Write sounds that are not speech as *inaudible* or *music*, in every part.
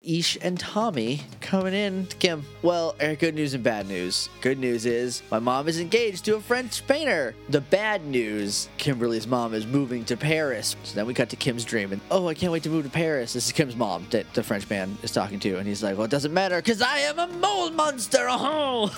Ish and Tommy coming in to Kim. Well, er, good news and bad news. Good news is my mom is engaged to a French painter. The bad news, Kimberly's mom is moving to Paris. So then we cut to Kim's dream and oh, I can't wait to move to Paris. This is Kim's mom that the French man is talking to, and he's like, well, it doesn't matter because I am a mole monster. *laughs* Oh.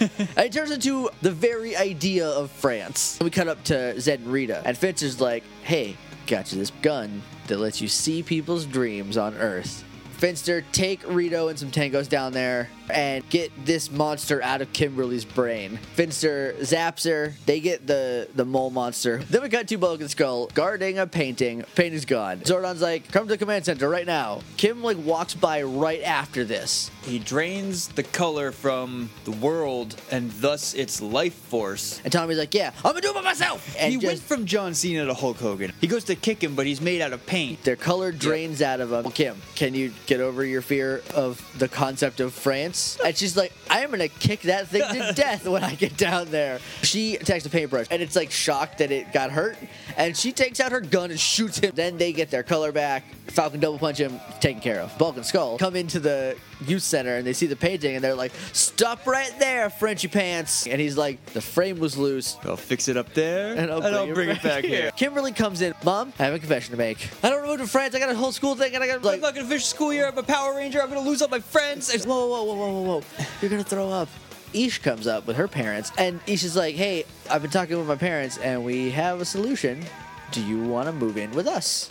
And it turns into the very idea of France. We cut up to Zed and Rita, and Fitz is like, hey, got you this gun that lets you see people's dreams on Earth. Finster, take Rito and some tangos down there and get this monster out of Kimberly's brain. Finster zaps her. They get the the mole monster. Then we cut to Bulk and Skull guarding a painting. Painting's gone. Zordon's like, come to the command center right now. Kim like walks by right after this. He drains the color from the world and thus its life force. And Tommy's like, yeah, I'm gonna do it by myself. And he just- went from John Cena to Hulk Hogan. He goes to kick him, but he's made out of paint. Their color drains out of them. Kim, can you get over your fear of the concept of France? And she's like, I am gonna kick that thing to death when I get down there. She attacks the paintbrush, and it's like shocked that it got hurt. And she takes out her gun and shoots him. Then they get their color back. Falcon double punch him, taken care of. Bulk and Skull come into the youth center and they see the painting and they're like, Stop right there, Frenchy pants. And he's like, The frame was loose. I'll fix it up there, And I'll bring, it, back here. Kimberly comes in. Mom, I have a confession to make. I don't move to France. I got a whole school thing, and I got Like, like, I'm not gonna finish school year. I'm a Power Ranger. I'm gonna lose all my friends. whoa, whoa, whoa, whoa, whoa, whoa! You're gonna throw up. Ish comes up with her parents, and Ish is like, "Hey, I've been talking with my parents, and we have a solution. Do you want to move in with us?"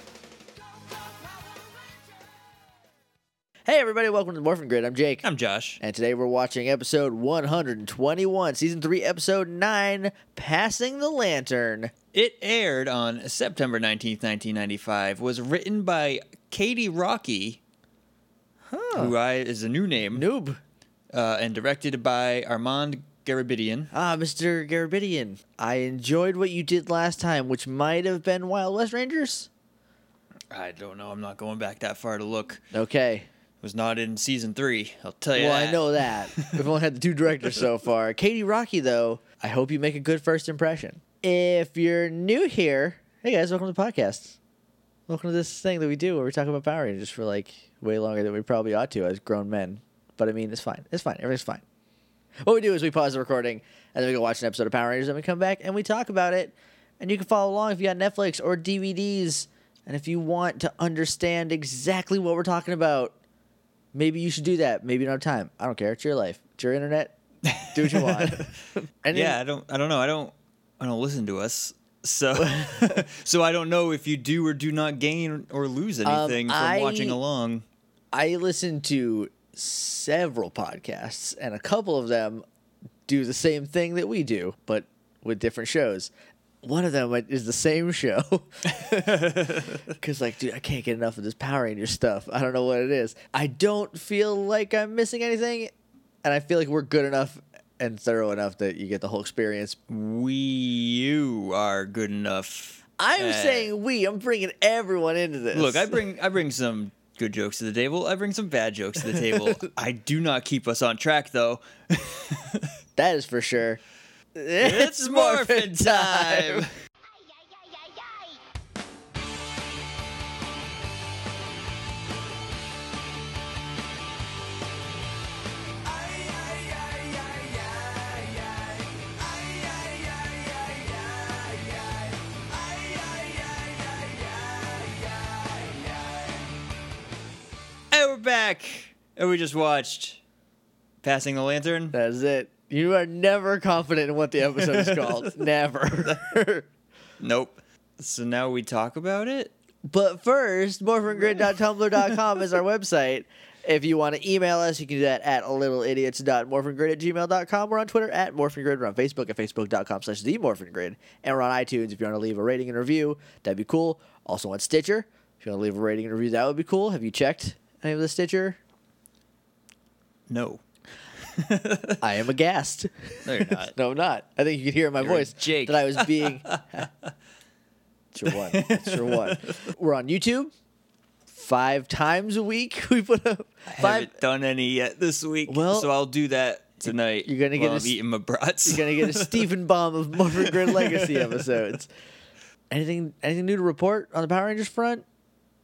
Hey, everybody! Welcome to the Morphin Grid. I'm Jake. I'm Josh. And today we're watching episode 121, season 3, episode 9, Passing the Lantern. It aired on September 19th, 1995. Was written by Katie Rocky, who I is a new name, Noob. uh, and directed by Armand Garibidian. Ah, Mr. Garibidian, I enjoyed what you did last time, which might have been Wild West Rangers. I don't know. I'm not going back that far to look. Okay. It was not in season three. I'll tell you. Well, that. I know that. *laughs* We've only had the two directors so far. Katie Rocky, though, I hope you make a good first impression. If you're new here, hey guys, welcome to the podcast. Welcome to this thing that we do where we talk about Power Rangers for like way longer than we probably ought to as grown men. But I mean, it's fine. It's fine. Everything's fine. What we do is we pause the recording and then we go watch an episode of Power Rangers and we come back and we talk about it. And you can follow along if you got Netflix or DVDs. And if you want to understand exactly what we're talking about, maybe you should do that. Maybe you don't have time. I don't care. It's your life. It's your internet. Do what you want. and yeah, I don't. I don't know. I don't. I don't listen to us. So, *laughs* so I don't know if you do or do not gain or lose anything from I- watching along. I listen to several podcasts, and a couple of them do the same thing that we do, but with different shows. One of them is the same show. *laughs* Because, like, dude, I can't get enough of this Power Ranger stuff. I don't know what it is. I don't feel like I'm missing anything, and I feel like we're good enough and thorough enough that you get the whole experience. We, you are good enough. I'm Uh, saying we. I'm bringing everyone into this. Look, I bring. I bring some good jokes to the table. I bring some bad jokes to the table. I do not keep us on track, though. that is for sure. It's morphin' time. Ay, ay, ay, ay, ay. And we're back. And we just watched Passing the Lantern. That is it. You are never confident in what the episode is *laughs* called. never. Nope. So now we talk about it. but first, morphingrid.tumblr.com is our website. If you want to email us, you can do that at littleidiots.morphingrid at gmail.com. We're on Twitter at morphingrid. We're on Facebook at facebook.com slash themorphingrid. And we're on iTunes if you want to leave a rating and review. That'd be cool. Also on Stitcher. If you want to leave a rating and review, that would be cool. Have you checked any of the *laughs* Stitcher? No. I am aghast. No, you're *laughs* not. No, I'm not. I think you could hear in my a voice Uh, Jake. that I was *laughs* being. it's your one. It's your one. We're on YouTube five times a week. *laughs* We put up I five. haven't done any yet this week. Well- so I'll do that tonight. You're gonna get while a I'm s- eating my brats. *laughs* You're gonna get a Stephen Bomb of Morphin Grid Legacy episodes. Anything? Anything new to report on the Power Rangers front?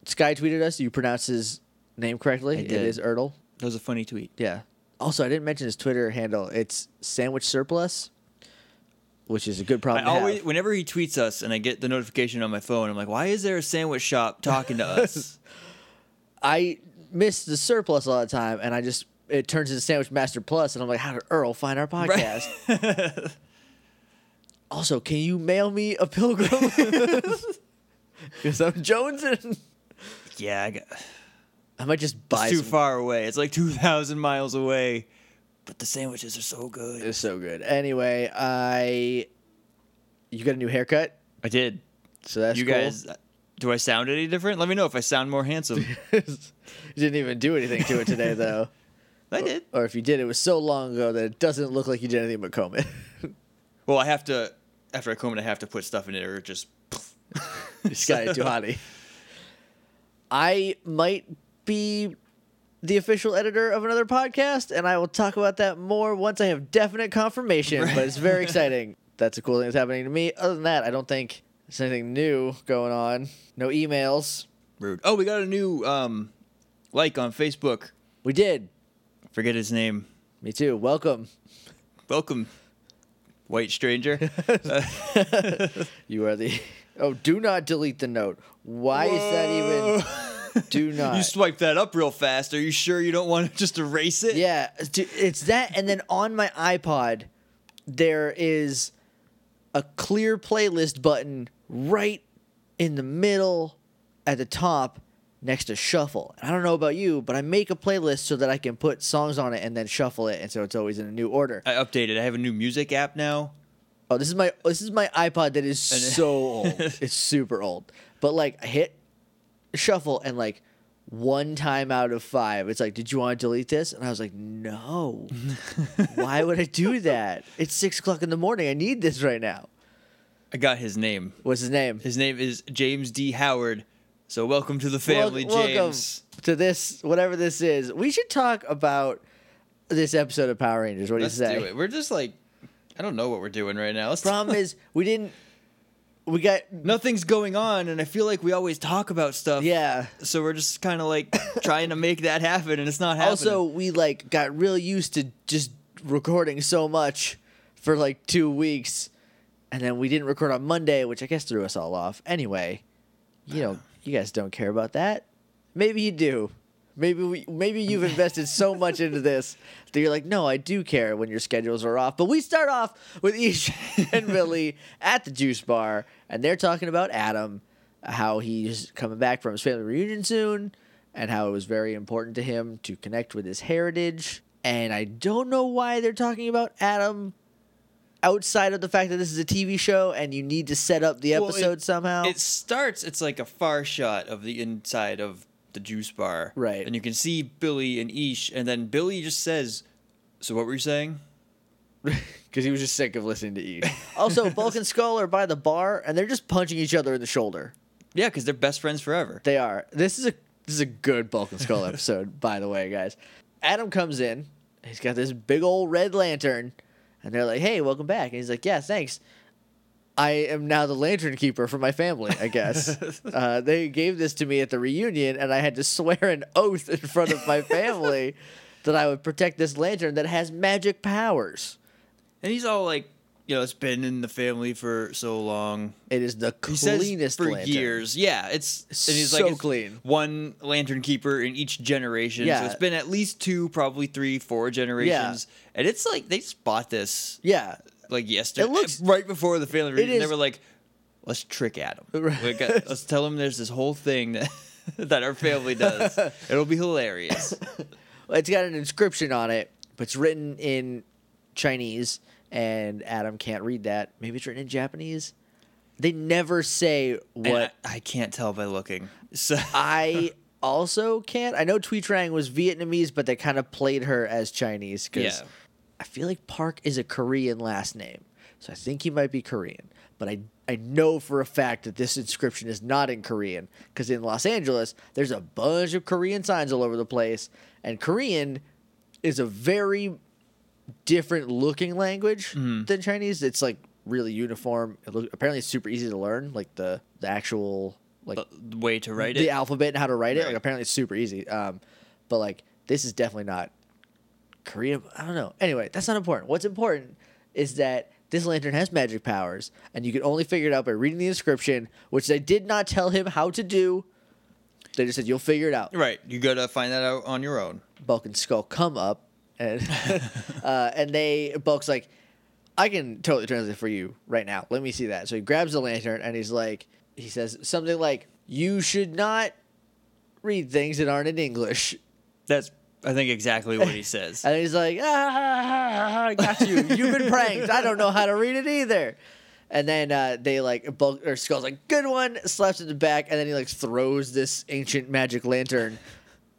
Sky tweeted us. You pronounce his name correctly. I It did. is Ertl. *laughs* That was a funny tweet. Yeah. Also, I didn't mention his Twitter handle. It's Sandwich Surplus, which is a good I problem. to always, have. whenever he tweets us, and I get the notification on my phone, I'm like, why is there a sandwich shop *laughs* talking to us? I miss the surplus a lot of time, and I just it turns into Sandwich Master Plus, and I'm like, how did Earl find our podcast? *laughs* also, can you mail me a *laughs* pilgrim? Because I'm jonesing. yeah, I got, I might just buy. it's too some- far away. It's like two thousand miles away, but the sandwiches are so good. It's so good. Anyway, I you got a new haircut, I did. so that's you cool. guys, uh, do I sound any different? Let me know if I sound more *laughs* handsome. *laughs* you didn't even do anything to it today, *laughs* though. I did. Or if you did, it was so long ago that it doesn't look like you did anything but comb it. Well, I have to after I comb it, I have to put stuff in it or it just. Just got it too hotty. I might be the official editor of another podcast, and I will talk about that more once I have definite confirmation. But it's very exciting. That's a cool thing that's happening to me. Other than that, I don't think there's anything new going on. No emails. Rude. Oh, we got a new um, like on Facebook. We did. Forget his name. Me too. Welcome. Welcome, white *laughs* stranger. *laughs* You are the. *laughs* Oh, do not delete the note. Why is that even? Do not. You swipe that up real fast. Are you sure you don't want to just erase it? Yeah, it's- dude, it's that, and then on my iPod, there is a clear playlist button right in the middle at the top next to shuffle. And I don't know about you, but I make a playlist so that I can put songs on it and then shuffle it, and so it's always in a new order. I updated. I have a new music app now. Oh, this is my this is my iPod that is And- *laughs* so old. It's super old. But like I hit shuffle and like one time out of five, it's like, did you want to delete this? And I was like, *laughs* no. Why would I do that? It's six o'clock in the morning. I need this right now. I got his name. What's his name? His name is James D. Howard. So welcome to the family, Wel- welcome James. to this whatever this is. We should talk about this episode of Power Rangers. What do Let's you say? do it. We're just like, I don't know what we're doing right now. Let's Problem is, we didn't. We got nothing's going on, and I feel like we always talk about stuff. yeah. So we're just kind of *laughs* like trying to make that happen, and it's not happening. also we like got real used to just recording so much for like two weeks and then we didn't record on monday which i guess threw us all off anyway you know you guys don't care about that maybe you do maybe we maybe *laughs* you've invested so much into this that you're like no i do care when your schedules are off but we start off with ish *laughs* and billy at the juice bar and they're talking about adam how he's coming back from his family reunion soon and how it was very important to him to connect with his heritage. And I don't know why they're talking about Adam outside of the fact that this is a TV show and you need to set up the Well, it- episode somehow. it starts. It's like a far shot of the inside of the juice bar, Right. And you can see Billy and Ish, and then Billy just says, "So what were you saying?" Because he was just sick of listening to E. *laughs* also, Bulk and Skull are by the bar and they're just punching each other in the shoulder. Yeah, because they're best friends forever. They are. This is a this is a good Bulk and Skull episode, by the way, guys. Adam comes in. He's got this big old red lantern, and they're like, "Hey, welcome back." And he's like, "Yeah, thanks. I am now the lantern keeper for my family. I *laughs* guess uh, they gave this to me at the reunion, and I had to swear an oath in front of my *laughs* family that I would protect this lantern that has magic powers. And he's all like, "You know, it's been in the family for so long." It is the He cleanest says for lantern. years. Yeah, it's and he's So like it's clean. One lantern keeper in each generation. Yeah. So it's been at least two, probably three, four generations. And it's like they spot this Yeah, like yesterday. It looks- *laughs* right before the family reunion. They is- were like, "Let's trick Adam. *laughs* Right. Like, uh, let's tell him there's this whole thing that *laughs* that our family *laughs* does. It'll be hilarious." it's got an inscription on it, but it's written in Chinese, and Adam can't read that. Maybe it's written in Japanese. They never say And what I, I can't tell by looking. So *laughs* I, also can't. I know Tweetrang was Vietnamese, but they kind of played her as Chinese because Yeah. I feel like Park is a Korean last name, so I think he might be Korean. But I I know for a fact that this inscription is not in Korean because in Los Angeles there's a bunch of Korean signs all over the place, and Korean is a very different looking language than Chinese. It's like really uniform. It look, apparently, it's super easy to learn. Like the the actual like the way to write the it. alphabet and how to write it. Right. Like apparently it's super easy. Um, but like this is definitely not Korea. I don't know. Anyway, that's not important. What's important is that this lantern has magic powers, and you can only figure it out by reading the inscription, which they did not tell him how to do. They just said you'll figure it out. right. You got to find that out on your own. Bulk and Skull come up, and *laughs* uh, and they Bulk's like, I can totally translate for you right now. Let me see that. So he grabs the lantern and he's like, he says something like, "You should not read things that aren't in English." That's I think exactly what he *laughs* says. And he's like, "Ah, I got you. You've been pranked. I don't know how to read it either." And then uh, they like Bulk or Skull's like, "Good one," slaps it in the back, and then he like throws this ancient magic lantern,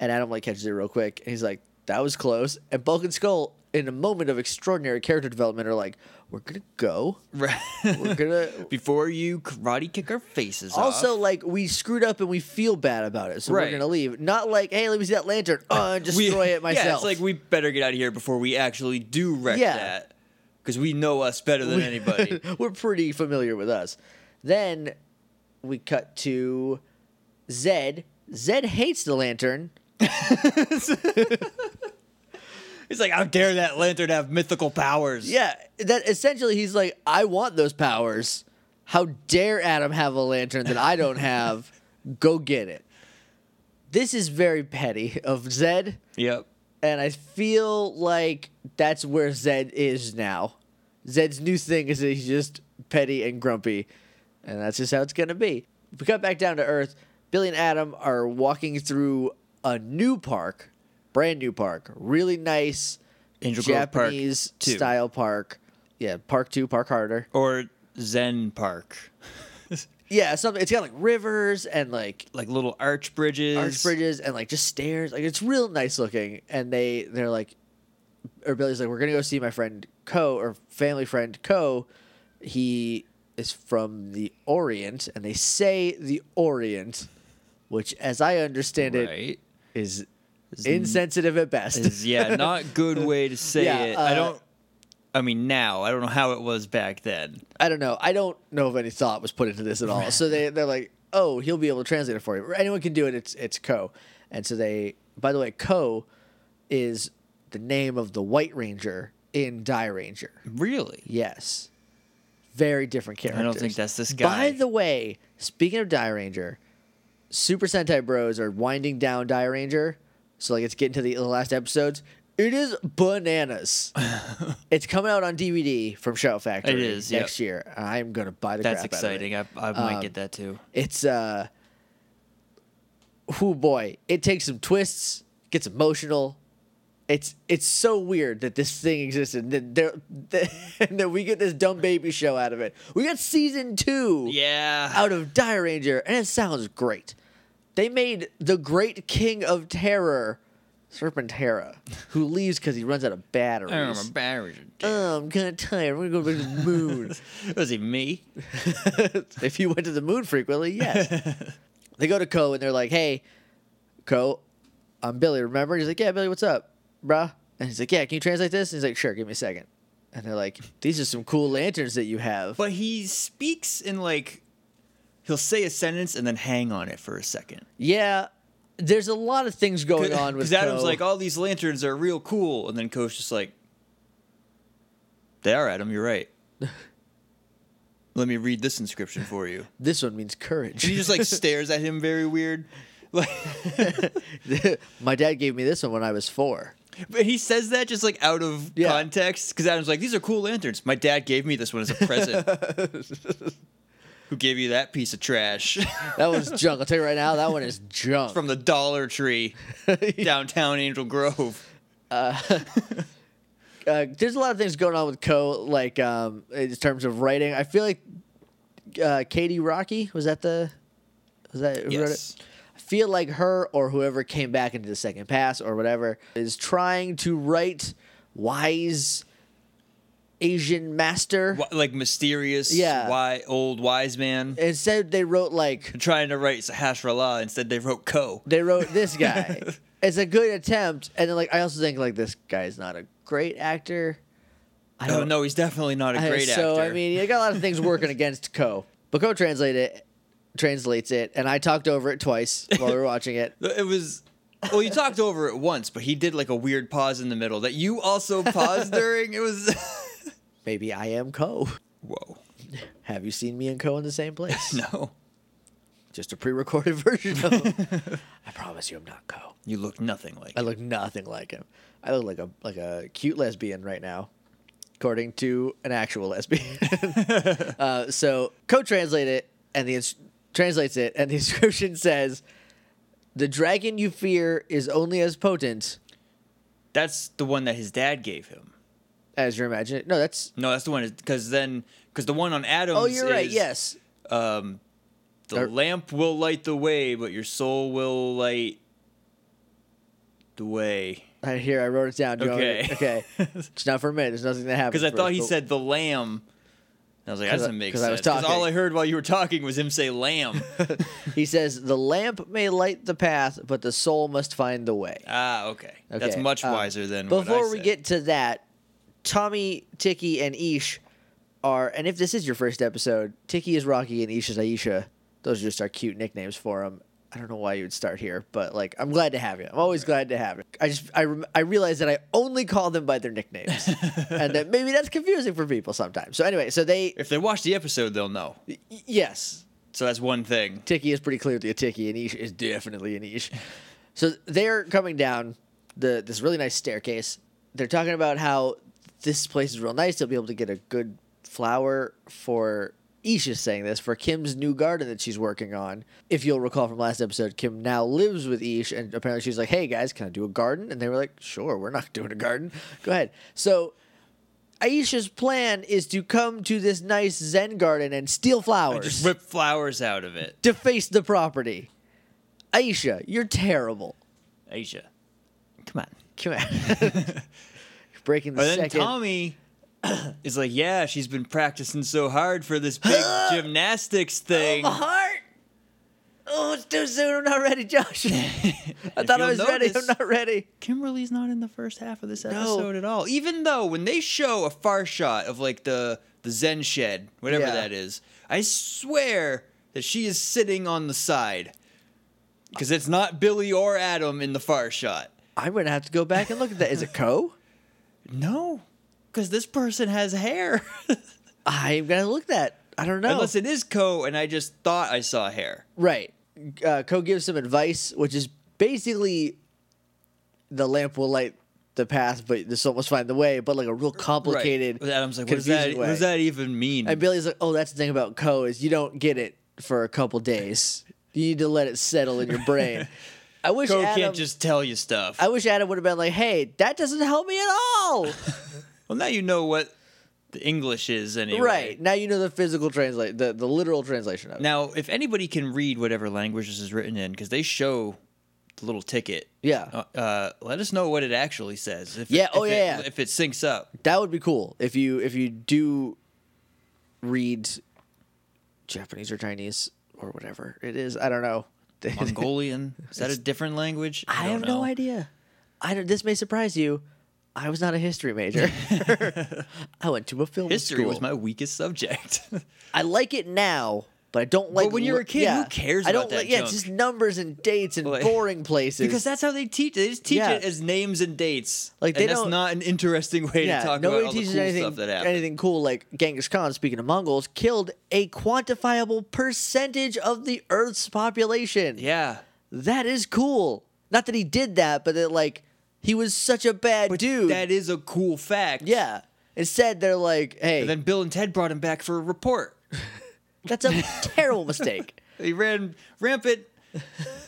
and Adam like catches it real quick, and he's like, "That was close." And Bulk and Skull, in a moment of extraordinary character development, are like, "We're gonna go. We're Right. gonna." *laughs* Before you karate kick our faces Also, off. like we screwed up and we feel bad about it, so Right. we're gonna leave. Not like, hey, let me see that lantern. Uh, and *laughs* We- destroy it myself. Yeah, it's like we better get out of here before we actually do wreck Yeah. that. Because we know us better than We- *laughs* anybody. we're pretty familiar with us. Then we cut to Zed. Zed hates the lantern. It's like, how dare that lantern have mythical powers? Yeah, that essentially he's like, I want those powers. How dare Adam have a lantern that I don't have? Go get it. This is very petty of Zed, Yep. and I feel like that's where Zed is now. Zed's new thing is that he's just petty and grumpy, and that's just how it's gonna be. If we cut back down to Earth, Billy and Adam are walking through a new park, brand new park, really nice Angel Grove Park Japanese 2. style park. Yeah, Park Two, Park Harder. Or Zen Park. Yeah, something. It's got like rivers and like Like little arch bridges. arch bridges and like just stairs. Like it's real nice looking. And they they're like, or Billy's like, we're gonna go see my friend Co or family friend Co. He is from the Orient, and they say the Orient, which, as I understand it, Right. is insensitive at best. Is, yeah, not *laughs* good way to say Yeah, it. I uh, don't. I mean, now I don't know how it was back then. I don't know. I don't know if any thought was put into this at all. So they they're like, oh, he'll be able to translate it for you. Anyone can do it. It's it's Ko. And so they. By the way, Ko is the name of the White Ranger in Die Ranger. Really? Yes, very different characters. don't think that's this By guy. the way, speaking of Die Ranger, Super Sentai Bros are winding down Die Ranger. So like it's getting to the the last episodes. It is *laughs* bananas. it's coming out on DVD from Shout Factory It is, yep. next year. I'm gonna buy the. Um, crap That's out of it. exciting. I, I might get that too. It's uh, whoo boy, it takes some twists, gets emotional. It's it's so weird that this thing existed. That there, *laughs* that, and that we get this dumb baby show out of it. We got season two Yeah. out of Dire Ranger, and it sounds great. They made the Great King of Terror, Serpentera, who leaves because he runs out of I don't know, batteries. my batteries are Oh, I'm kind of tired. I'm gonna go back to the moon. dead. Was it me? if you went to the moon frequently, yes. they go to Co and they're like, "Hey, Co, I'm Billy. Remember?" And he's like, "Yeah, Billy, what's up, bruh?" And he's like, "Yeah, can you translate this?" And he's like, "Sure, give me a second. And they're like, "These are some cool lanterns that you have." But he speaks in like he'll say a sentence and then hang on it for a second. yeah, there's a lot of things *laughs* going on with Because Adam's Ko. like, "Oh." all these lanterns are real cool, and then Coach just like, they are Adam. *laughs* You're right. Let me read this inscription for you. "This one means courage." And *laughs* he just like stares at him very weird. Like, My dad gave me this one when I was four. but he says that just like out of Yeah. context because Adam's like, "These are cool lanterns. My dad gave me this one as a present." *laughs* Who gave you that piece of trash *laughs* That one's junk. I'll tell you right now, that one is junk. from the *laughs* Dollar Tree downtown Angel Grove? uh, there's a lot of things going on with Co, like um, in terms of writing. I feel like uh, Katie Rocky was that the was that who wrote it? Yes. I feel like her or whoever came back into the second pass or whatever is trying to write wise Asian master. Wh- like mysterious, Yeah. wi- old wise man. Instead, they wrote like trying to write Sahasrala. Instead, they wrote Ko. they wrote this guy. it's a good attempt, and then like I also think like this guy's not a great actor. I No, Oh, no, he's definitely not a I- great Uh, so, actor. *laughs* I mean, you got a lot of things working against Co. But Co translated translates it, and I talked over it twice while we were watching *laughs* it. It was. Well, you talked over it once, but he did like a weird pause in the middle that *laughs* you also paused during. It was. *laughs* Maybe I am Co. Whoa. Have you seen me and Co in the same place? *laughs* No. Just a pre-recorded *laughs* version of him. *laughs* I promise you, I'm not Co. You look nothing like I look nothing like him. I look like a like a cute lesbian right now, according to an actual *laughs* lesbian. uh, so co-translate it, and the ins- translates it, and the *laughs* inscription says, "The dragon you fear is only as potent That's the one that his dad gave him. as your imagination." No, that's. No, that's the one because then because the one on Adams. Oh, you're right. is, Yes, Er Um, the Or- lamp will light the way, but your soul will light the way. I here I wrote it down. Do you want me to- Okay. *laughs* okay. It's not for a minute. There's nothing that happens. Because I thought first, he but- said the lamb. I was like, that 'Cause I- doesn't make 'cause sense. I was 'Cause all talking. I heard while you were talking was him *laughs* say lamb. He says the lamp may light the path, but the soul must find the way. ah, okay. That's Okay, much um, wiser than what I Before we said. get to that, Tommy, Tiki, and Ish are, and if this is your first episode, Tiki is Rocky and Ish is Aisha. Those are just our cute nicknames for them. I don't know why you would start here, but like, I'm glad to have you. I'm always glad to have you. I just, I, rem- I realized that I only call them by their *laughs* nicknames, and that maybe that's confusing for people sometimes. So anyway, so they, if they watch the episode, they'll know. y- yes, So that's one thing. Tiki is pretty clearly a Tiki, and Ish is definitely an Ish. So they're coming down the this really nice staircase. They're talking about how this place is real nice. They'll be able to get a good flower for Ish is saying this for Kim's new garden that she's working on. If you'll recall from last episode, Kim now lives with Ish, and apparently she's like, "Hey guys, can I do a garden?" And they were like, "Sure, we're not *laughs* doing a garden. Go ahead." So. Aisha's plan is to come to this nice Zen garden and steal flowers Just rip flowers out of it, deface the property. Aisha, you're terrible. Asia. Come on. Come on. *laughs* you're breaking the But then second. Tommy is like, yeah, she's been practicing so hard for *gasps* this big gymnastics thing. My heart. Oh, it's too soon. I'm not ready, *laughs* Josh. I thought I was you'll ready. I'm notice- not ready. Kimberly's not in the first half of this episode at all. Even though when they show a far shot of like the the Zen shed, whatever Yeah. that is, I swear that she is sitting on the side because it's not Billy or Adam in the far shot. I'm gonna have to go back and look at that. Is it Co? No, because this person has hair. *laughs* I'm gonna look that. I don't know. Unless it is Co, and I just thought I saw hair. right. Uh, Co gives some advice, which is basically the lamp will light the path, but the soul must find the way. But like a real complicated, Right. Adam's like, what does that? confusing What does way. that even mean? And Billy's like, "Oh, that's the thing about co is you don't get it for a couple days. You need to let it settle in your brain." *laughs* I wish Co Adam. can't just tell you stuff. I wish Adam would have been like, "Hey, that doesn't help me at *laughs* all." Right well, now you know what the English is anyway. now, you know the physical translate, the the literal translation of it. Now, if anybody can read whatever language this is written in, because they show the little ticket, Yeah. uh, uh, let us know what it actually says. If it- Yeah, oh, if it- yeah, yeah. If it syncs *laughs* up, That would be cool if you if you do read Japanese or Chinese or whatever it is. I don't know. Mongolian is that a different language? *laughs* I don't have know. no idea. I don't, this may surprise you. I was not a history *laughs* major. *laughs* I went to a film History school. was my weakest subject. *laughs* I like it now, but I don't like. when you were a look- kid, who cares I don't about that like. Yeah, it's junk? just numbers and dates and Like- boring places. because that's how they teach. They just teach Yeah. it as names and dates. Like, they and that's don't- not an interesting way yeah, to talk nobody about all the teaches cool anything stuff that happened. anything cool like Genghis Khan. Speaking of Mongols, killed a quantifiable percentage of the Earth's population. Yeah, that is cool. Not that he did that, but that like he was such a bad dude. that is a cool fact. yeah. Instead, they're like, "Hey, And then Bill and Ted brought him back for a report. that's a *laughs* terrible mistake." He ran *laughs* rampant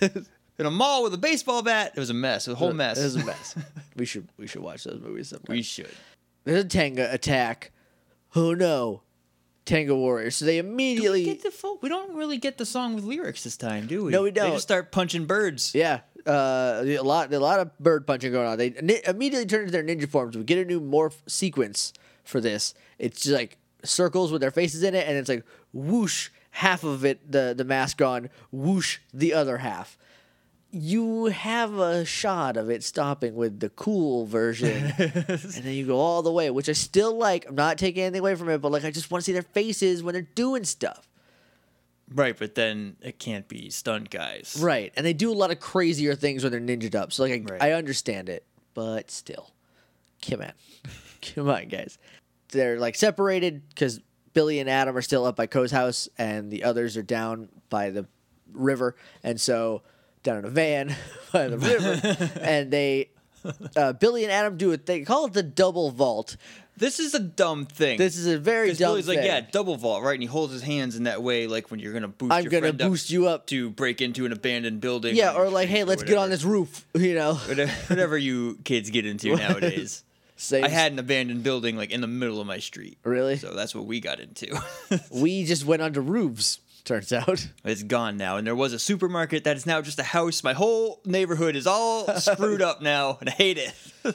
in a mall with a baseball bat. It was a mess. It was *laughs* a whole mess. It was a mess. we should we should watch those movies sometime. *laughs* we should. There's a Tenga attack. Oh no. Tenga warriors. So they immediately the full, we don't really get the song with lyrics this time, do we? No, we They don't. just start punching birds. Yeah. Uh, a lot a lot of bird punching going on. They ni- immediately turn into their ninja forms. We get a new morph sequence for this. It's just like circles with their faces in it and it's like whoosh half of it the the mask on, whoosh the other half. You have a shot of it stopping with the cool version, and then you go all the way, which I still like. I'm not taking anything away from it, but like I just want to see their faces when they're doing stuff. Right, but then it can't be stunt guys. Right. And they do a lot of crazier things when they're ninja up. So like I, Right. I understand it, but still. Come on. *laughs* Come on, guys. They're like separated because Billy and Adam are still up by Co's house and the others are down by the river. And so down in a van *laughs* by the river. *laughs* and they uh, Billy and Adam do a thing. Call it the double vault. This is a dumb thing. This is a very Because dumb Billy's thing. like, yeah, double vault, right? And he holds his hands in that way, like when you're gonna boost. I'm your gonna friend up boost you up. to break into an abandoned building. Yeah, your or like, street hey, or let's get on whatever. this roof, *laughs* you know. Whatever, *laughs* whatever you kids get *laughs* into nowadays. Same I had an abandoned building like in the middle of my street. Really? So that's what we got into. *laughs* We just went onto roofs, turns out. it's gone now, and there was a supermarket that is now just a house. My whole neighborhood is all screwed up now, and I hate it. *laughs*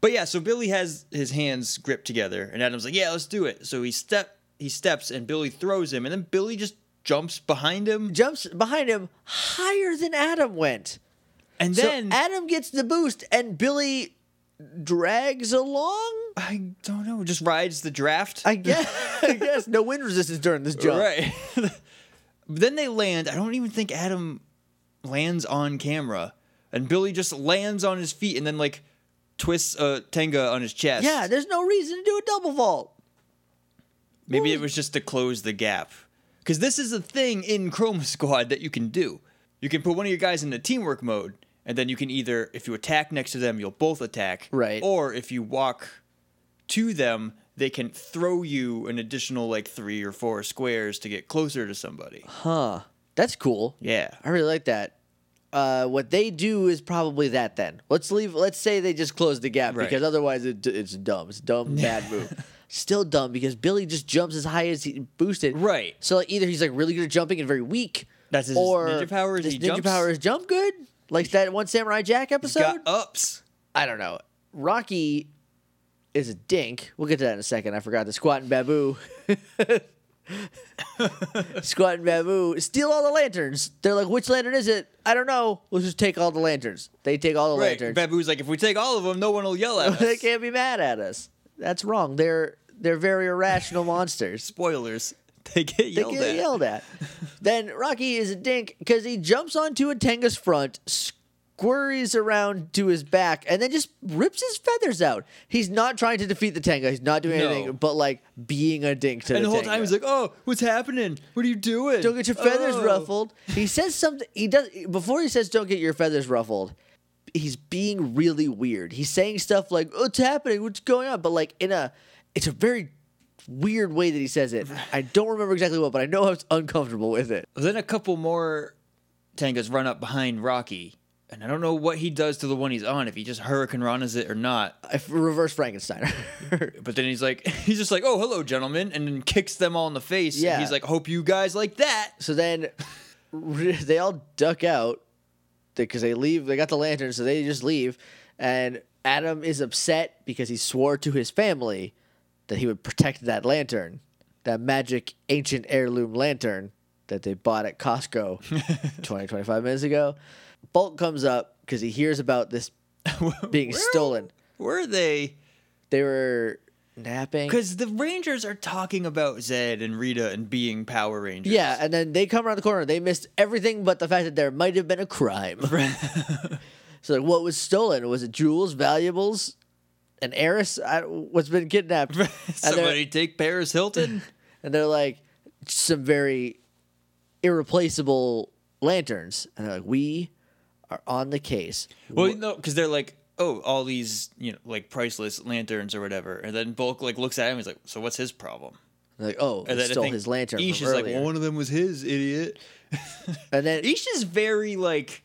but yeah, so Billy has his hands gripped together, and Adam's like, "Yeah, let's do it." So he step he steps, and Billy throws him, and then Billy just jumps behind *laughs* him, jumps behind him higher than Adam went. and So then Adam gets the boost and Billy drags along. I don't know, just rides the draft. I guess *laughs* I guess no wind resistance during this jump. Right. *laughs* then they land. I don't even think Adam lands on camera. And Billy just lands on his feet and then like twists a tenga on his chest. Yeah, there's no reason to do a double vault. Maybe it was just to close the gap. Because this is a thing in Chroma *laughs* Squad that you can do. You can put one of your guys in the teamwork mode, and then you can either, if you attack next to them, you'll both attack. Right. Or if you walk to them, they can throw you an additional like three or four squares to get closer *sighs* to somebody. Huh. That's cool. Yeah. I really like that. Uh, what they do is probably that. Then let's leave. Let's say they just close the gap Right. because otherwise it, it's dumb. It's a *laughs* dumb bad move. Still dumb because Billy just jumps as high as he boosted. Right. So like, either he's like really good at jumping and very weak. That's his or ninja power is His he ninja jumps? power is jump good, like that one Samurai Jack episode. got ups. I don't know. Rocky is a dink. We'll get to that in a second. I forgot the squat and baboo. *laughs* squat and baboo steal all the lanterns. They're like, which lantern is it? I don't know. Let's just take all the lanterns. They take all the Right. lanterns. Babu's like, if we take all of them, no one will yell *laughs* at they us. can't be mad at us. That's wrong. They're they're very irrational *laughs* monsters. Spoilers. *laughs* They get They yelled get at. yelled at. then Rocky is a dink because he jumps onto a Tenga's front, squirries around to his back, and then just rips his feathers out. He's not trying to defeat the Tenga. He's not doing No. anything but like being a dink to And the the whole Tenga. time he's like, oh, what's happening? What are you doing? "Don't get your feathers Oh." ruffled." He says something. He does before he says, "Don't get your feathers ruffled." He's being really weird. He's saying stuff like, "What's happening? What's going on?" But like in a, it's a very weird way that he says it. I don't remember exactly what, but I know I was uncomfortable with it. Then a couple more tangas run up behind Rocky. And I don't know what he does to the one he's on, if he just hurricane runs it or not. I- reverse Frankenstein. But then he's like, *laughs* he's just like, oh, hello, gentlemen. And then kicks them all in the face. And Yeah. he's like, hope you guys like that. so then *laughs* re- they all duck out because they leave. They got the lantern, so they just leave. And Adam is upset because he swore to his family that he would protect that lantern, that magic ancient heirloom lantern that they bought at Costco 20, 25 minutes ago. Bolt comes up because he hears about this being Where stolen. Were they? They were napping. Because the Rangers are talking about Zed and Rita and being Power Rangers. Yeah, and then they come around the corner. They missed everything but the fact that there might have been a crime. *laughs* so, like, what was stolen? Was it jewels, valuables, an heiress? I, what's been kidnapped? And *laughs* they're- Somebody take Paris *laughs* Hilton. and they're like some very irreplaceable lanterns. And they're like, we are on the case. well, no, because they're like, oh, all these, you know, like priceless lanterns or whatever. And then Bulk like looks at him. He's like, so what's his problem? And they're like, oh, And they then I stole think his lantern Ish from is like, earlier. well, one of them was his idiot. and then Ish is very like,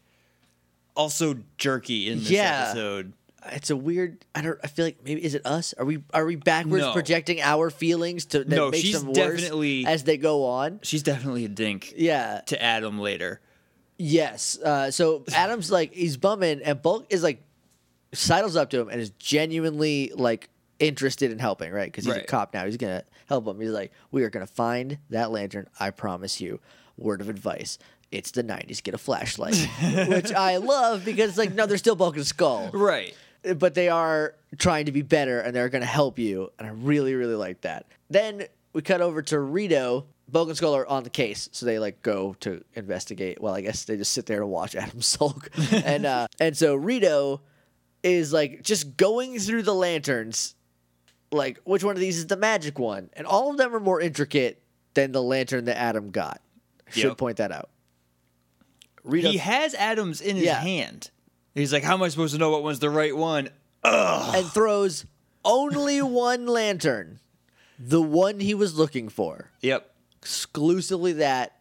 also jerky in this Yeah. episode. it's a weird. I don't. I feel like maybe is it us? Are we are we backwards No. projecting our feelings to that No, makes she's them worse definitely- as they go on? She's definitely a dink Yeah. to Adam later. Yes. Uh, so Adam's like he's bumming, and Bulk is like sidles up to him and is genuinely like interested in helping, right? Because he's a Right. cop now. He's gonna help him. He's like, "We are gonna find that lantern. I promise you." Word of advice: It's the '90s. Get a flashlight, which I love because it's like no, they're still Bulk and Skull, Right. but they are trying to be better and they're going to help you. And I really, really like that. Then we cut over to Rito Bogan Skull are on the case, so they like go to investigate. Well, I guess they just sit there and watch *laughs* Adam *laughs* sulk, and uh, and so Rito is like just going through the lanterns, like which one of these is the magic one, and all of them are more intricate than the lantern that Adam got. I Should Yep. point that out. Rito, He has Adams in his Yeah. hand. He's like, how am I supposed to know what one's the right one? and throws only one lantern, the one he was looking for, Yep. exclusively that,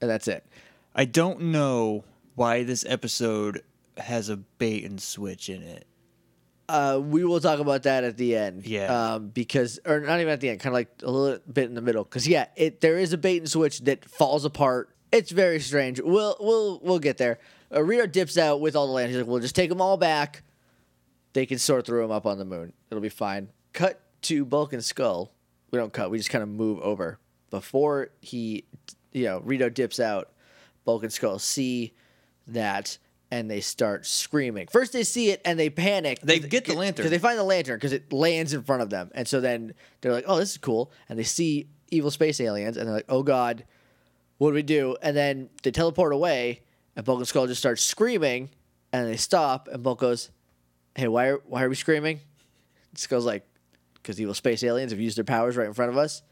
and that's it. I don't know why this episode has a bait and switch in it. Uh, we will talk about that at the end. Yeah. Um, because, or not even at the end, kind of like a little bit in the middle. Because yeah, it there is a bait and switch that falls apart. It's very strange. We'll we'll we'll get there. Uh, Rito dips out with all the land. He's like, we'll just take them all back. They can sort through them up on the moon. It'll be fine. Cut to Bulk and Skull. We don't cut. We just kind of move over before he, you know, Rito dips out. Bulk and Skull see that and they start screaming. First, they see it and they panic. They get the lantern. because they find the lantern because it lands in front of them, and so then they're like, "Oh, this is cool," and they see evil space aliens, and they're like, "Oh God, what do we do?" And then they teleport away, and Bulk and Skull just start screaming, and they stop, and Bulk goes, "Hey, why are why are we screaming?" And Skull's like, "Because evil space aliens have used their powers right in front of us."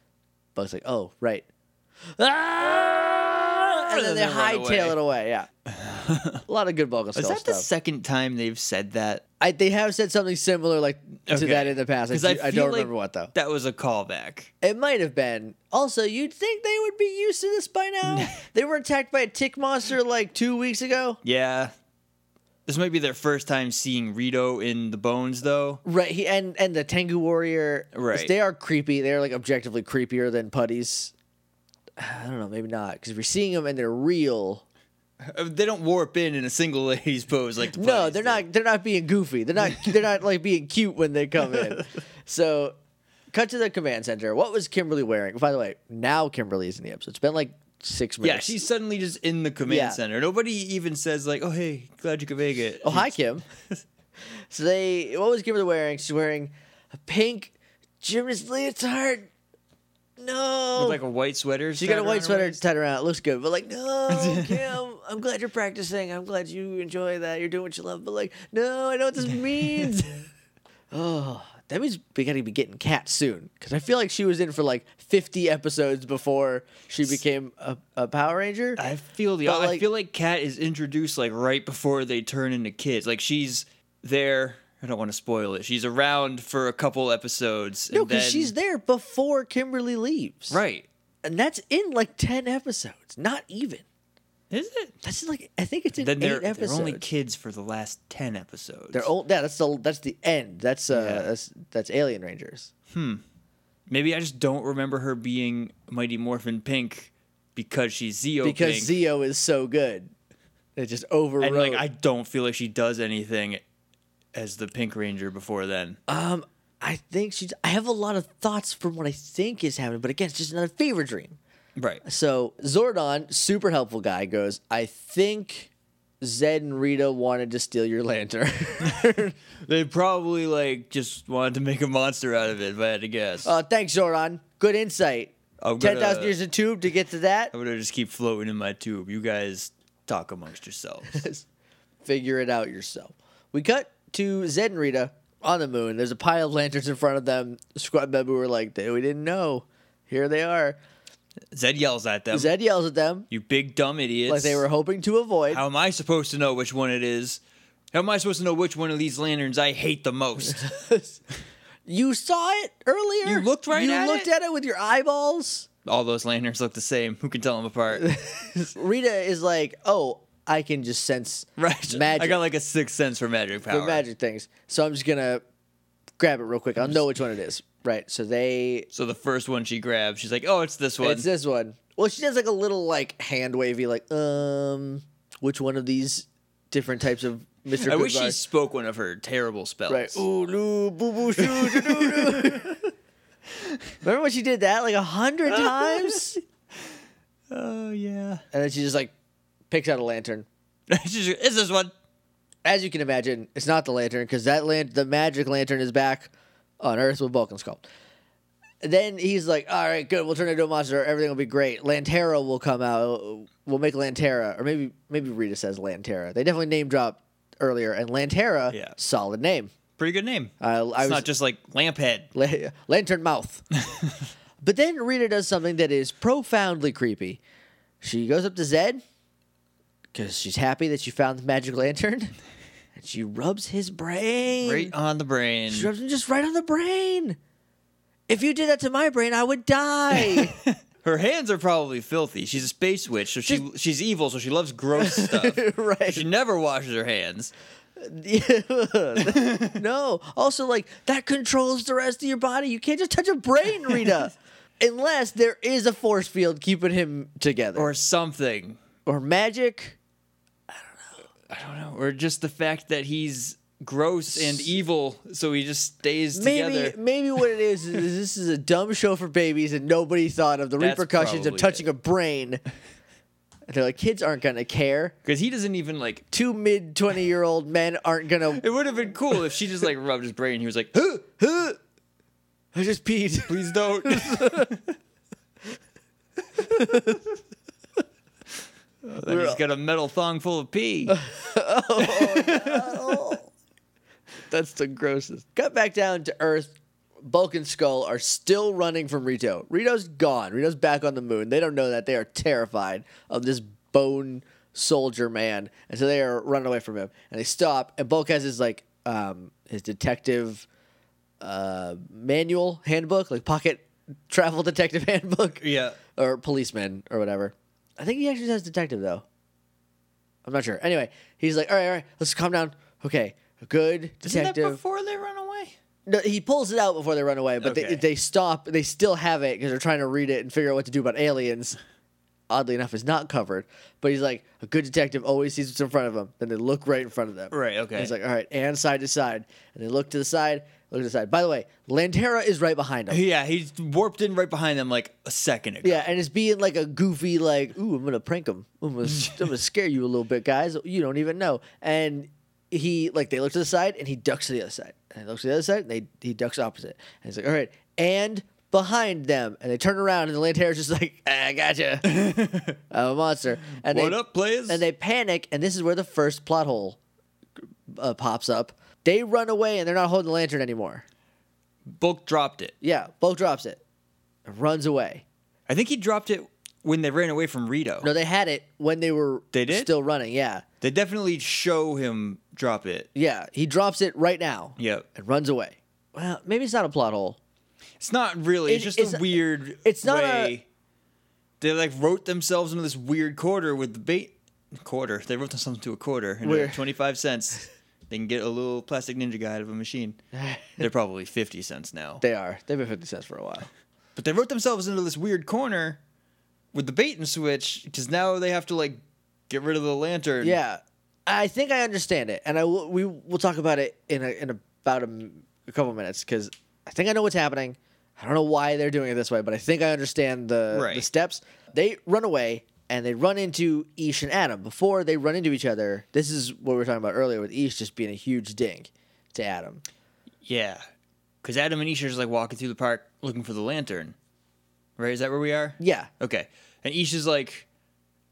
Bulk's like, "Oh, right." Ah! And then And they then they run hightail away. it away. Yeah, a lot of good Bulk and Skull *laughs* Is that the stuff. second time they've said that? I, they have said something similar like to Okay. that in the past. I, 'Cause do, I, feel don't like remember what though. That was a callback. It might have been. Also, you'd think they would be used to this by *laughs* now. they were attacked by a tick monster like two weeks ago. Yeah. This might be their first time seeing Rito in the bones, though. Right. He and and the Tengu warrior. Right. They are creepy. They're like objectively creepier than putties. *sighs* I don't know. Maybe not. Because if you're seeing them and they're real, Uh, They don't warp in in a single *laughs* ladies pose like the no, putties they're do. not. They're not being goofy. They're not. they're not like being cute when they come *laughs* in. So, cut to the command center. What was Kimberly wearing? By the way, now Kimberly's in the episode. It's been like six minutes. Yeah, she's suddenly just in the command Yeah. center. Nobody even says like, "Oh, hey, glad you could make it." Oh, hi, *laughs* Kim. so they, what was Kimberly wearing? She's wearing a pink gymnast leotard. No. With like a white sweater. she got a tied white around her sweater waist. tied around. It looks good, but *laughs* like, no, Kim. I'm glad you're practicing. I'm glad you enjoy that. You're doing what you love. But like, no, I know *laughs* what this means. oh, that means we gotta be getting cat soon. Because I feel like she was in for like 50 episodes before she became a, a Power Ranger. I feel the. But, I like- feel like Kat is introduced like right before they turn into kids. Like she's there. I don't want to spoil it. She's around for a couple episodes. no, and then, because she's there before Kimberly leaves. right. and that's in like 10 episodes not even Is it? that's in, like i think it's in Then 8 they're, they're episodes only kids for the last ten episodes. They're old yeah that's the that's the end that's uh Yeah. that's that's alien rangers Maybe I just don't remember her being Mighty Morphin Pink because she's Zeo because Pink. zeo is so good it just overrode and like I don't feel like she does anything as the Pink Ranger before then. um i think she's i have a lot of thoughts from what i think is happening but again it's just another fever dream right. So Zordon, super helpful guy, goes, I think Zed and Rita wanted to steal your *laughs* lantern. They probably like just wanted to make a monster out of it, if I had to guess. uh, thanks, Zordon. Good insight. I'm gonna- 10,000 years in tube to get to that. I'm gonna just keep floating in my tube. You guys talk *laughs* amongst yourselves. figure it out yourself. We cut to Zed and Rita on the moon. There's a pile of lanterns in front of them. Squad member were like, "They- we didn't know. Here they are. Zed yells at them. Zed yells at them you big dumb idiots. like they were hoping to avoid. How am I supposed to know which one it is? How am I supposed to know which one of these lanterns I hate *laughs* the most? *laughs* you saw it earlier. You looked right You at looked it? at it with your eyeballs. All those lanterns look the same. Who can tell *laughs* them apart? Rita is like, oh, I can just sense Right. magic. I got like a sixth sense for magic power. the magic things. So I'm just gonna grab it real quick. I'll know which one it is. Right. So they So the first one she grabs, she's like, "Oh, it's this one." It's this one. Well, she does like a little like hand wavy, like um, which one of these different types of Mister. I wish she spoke one of her terrible spells. right. Ooh, loo, boo, boo, shoo, doo, doo, doo. *laughs* Remember when she did that like a hundred *laughs* times, Oh yeah. *laughs* and then she just like picks out a lantern. She's like, it's this one. As you can imagine, it's not the lantern because that lan- the magic lantern is back on Earth with Vulcan Skull. then he's like, all right, good. We'll turn it into a monster. Everything will be great. Lantera will come out. We'll make Lantera, or maybe maybe Rita says Lantera. They definitely name dropped earlier, and Lantera, Yeah. solid name. Pretty good name. Uh, I was- it's not just like Lamphead. La- lantern *laughs* mouth. but then Rita does something that is profoundly creepy. She goes up to Zed because she's happy that she found the magic lantern, and she rubs his brain. Right on the brain. She rubs him just right on the brain. If you did that to my brain, I would *laughs* die. Her hands are probably filthy. She's a space witch, so she she's evil, so she *laughs* loves gross stuff. right. *laughs* She never washes her hands. no. Also, like that controls the rest of your body. You can't just touch a brain, *laughs* Rita, unless there is a force field keeping him together, Or something. or magic. I don't know. Or just the fact that he's gross and evil, so he just stays Maybe, together. maybe what it is *laughs* is this is a dumb show for babies, and nobody thought of the That's repercussions of probably touching a brain. And they're like, kids aren't gonna care. Because he doesn't even like Two mid twenty year old men aren't gonna. it would have been cool if she just like rubbed his brain and he was like, huh, huh, I *laughs* just peed. please *laughs* don't. Oh, then he's got a metal thong full of pee. That's the grossest. Cut back down to Earth. Bulk and Skull are still running from Rito. Rito's gone. Rito's back on the moon. They don't know that. They are terrified of this bone soldier man, and so they are running away from him. And they stop. And Bulk has his like um, his detective uh, manual handbook, like pocket *laughs* travel detective handbook. Yeah. or policeman or whatever. I think he actually says detective though. I'm not sure. Anyway, he's like, all right, all right, let's calm down. Okay, good Isn't detective. that before they run away? No, he pulls it out before they run away, but they, Okay. they stop. They still have it because they're trying to read it and figure out what to do about aliens. Oddly enough, it's not covered. But he's like, a good detective always sees what's in front of them. Then they look right in front of them. Right, okay. And he's like, all right, and side to side. And they look to the side, look to the side. By the way, Lantera is right behind him. Yeah, he warped in right behind them like a second ago. Yeah, and it's being like a goofy, like, ooh, I'm gonna prank him. I'm gonna, I'm gonna scare you a little bit, guys. You don't even know. And he, like, they look to the side and he ducks to the other side. And he looks to the other side and they, he ducks opposite. And he's like, all right, and behind them. And they turn around and the Lantera's just like, "Ah, I gotcha. I'm a monster. And What they, up, players? And they panic, and this is where the first plot hole uh, pops up. They run away and they're not holding the lantern anymore. Bulk dropped it. Yeah, Bulk drops it, and runs away. I think he dropped it when they ran away from Rito. No, they had it when they were They did? still running. Yeah, They definitely show him drop it. yeah. He drops it right now. Yep. and runs away. Well, maybe it's not a plot hole. It's not really. It's It- just it's- a weird. it's not a- way. They like wrote themselves into this weird quarter with the bait quarter. They wrote themselves into a quarter. and Where- at Twenty-five cents. They can get a little plastic ninja guy out of *laughs* a machine. They're probably fifty cents now. They are. They've been fifty cents for a while. But they wrote themselves into this weird corner with the bait and switch because now they have to like get rid of the *clears throat* lantern. Yeah, I think I understand it, and I will, we will talk about it in a, in about a, m- a couple minutes because I think I know what's happening. I don't know why they're doing it this way, but I think I understand the the Right. steps. They run away and they run into Ish and Adam before they run into each other. This is what we were talking about earlier with Ish just being a huge dink to Adam. Yeah. Because Adam and Isha are just like walking through the park looking for the lantern. Right? Is that where we are? Yeah, Okay. And Isha's like,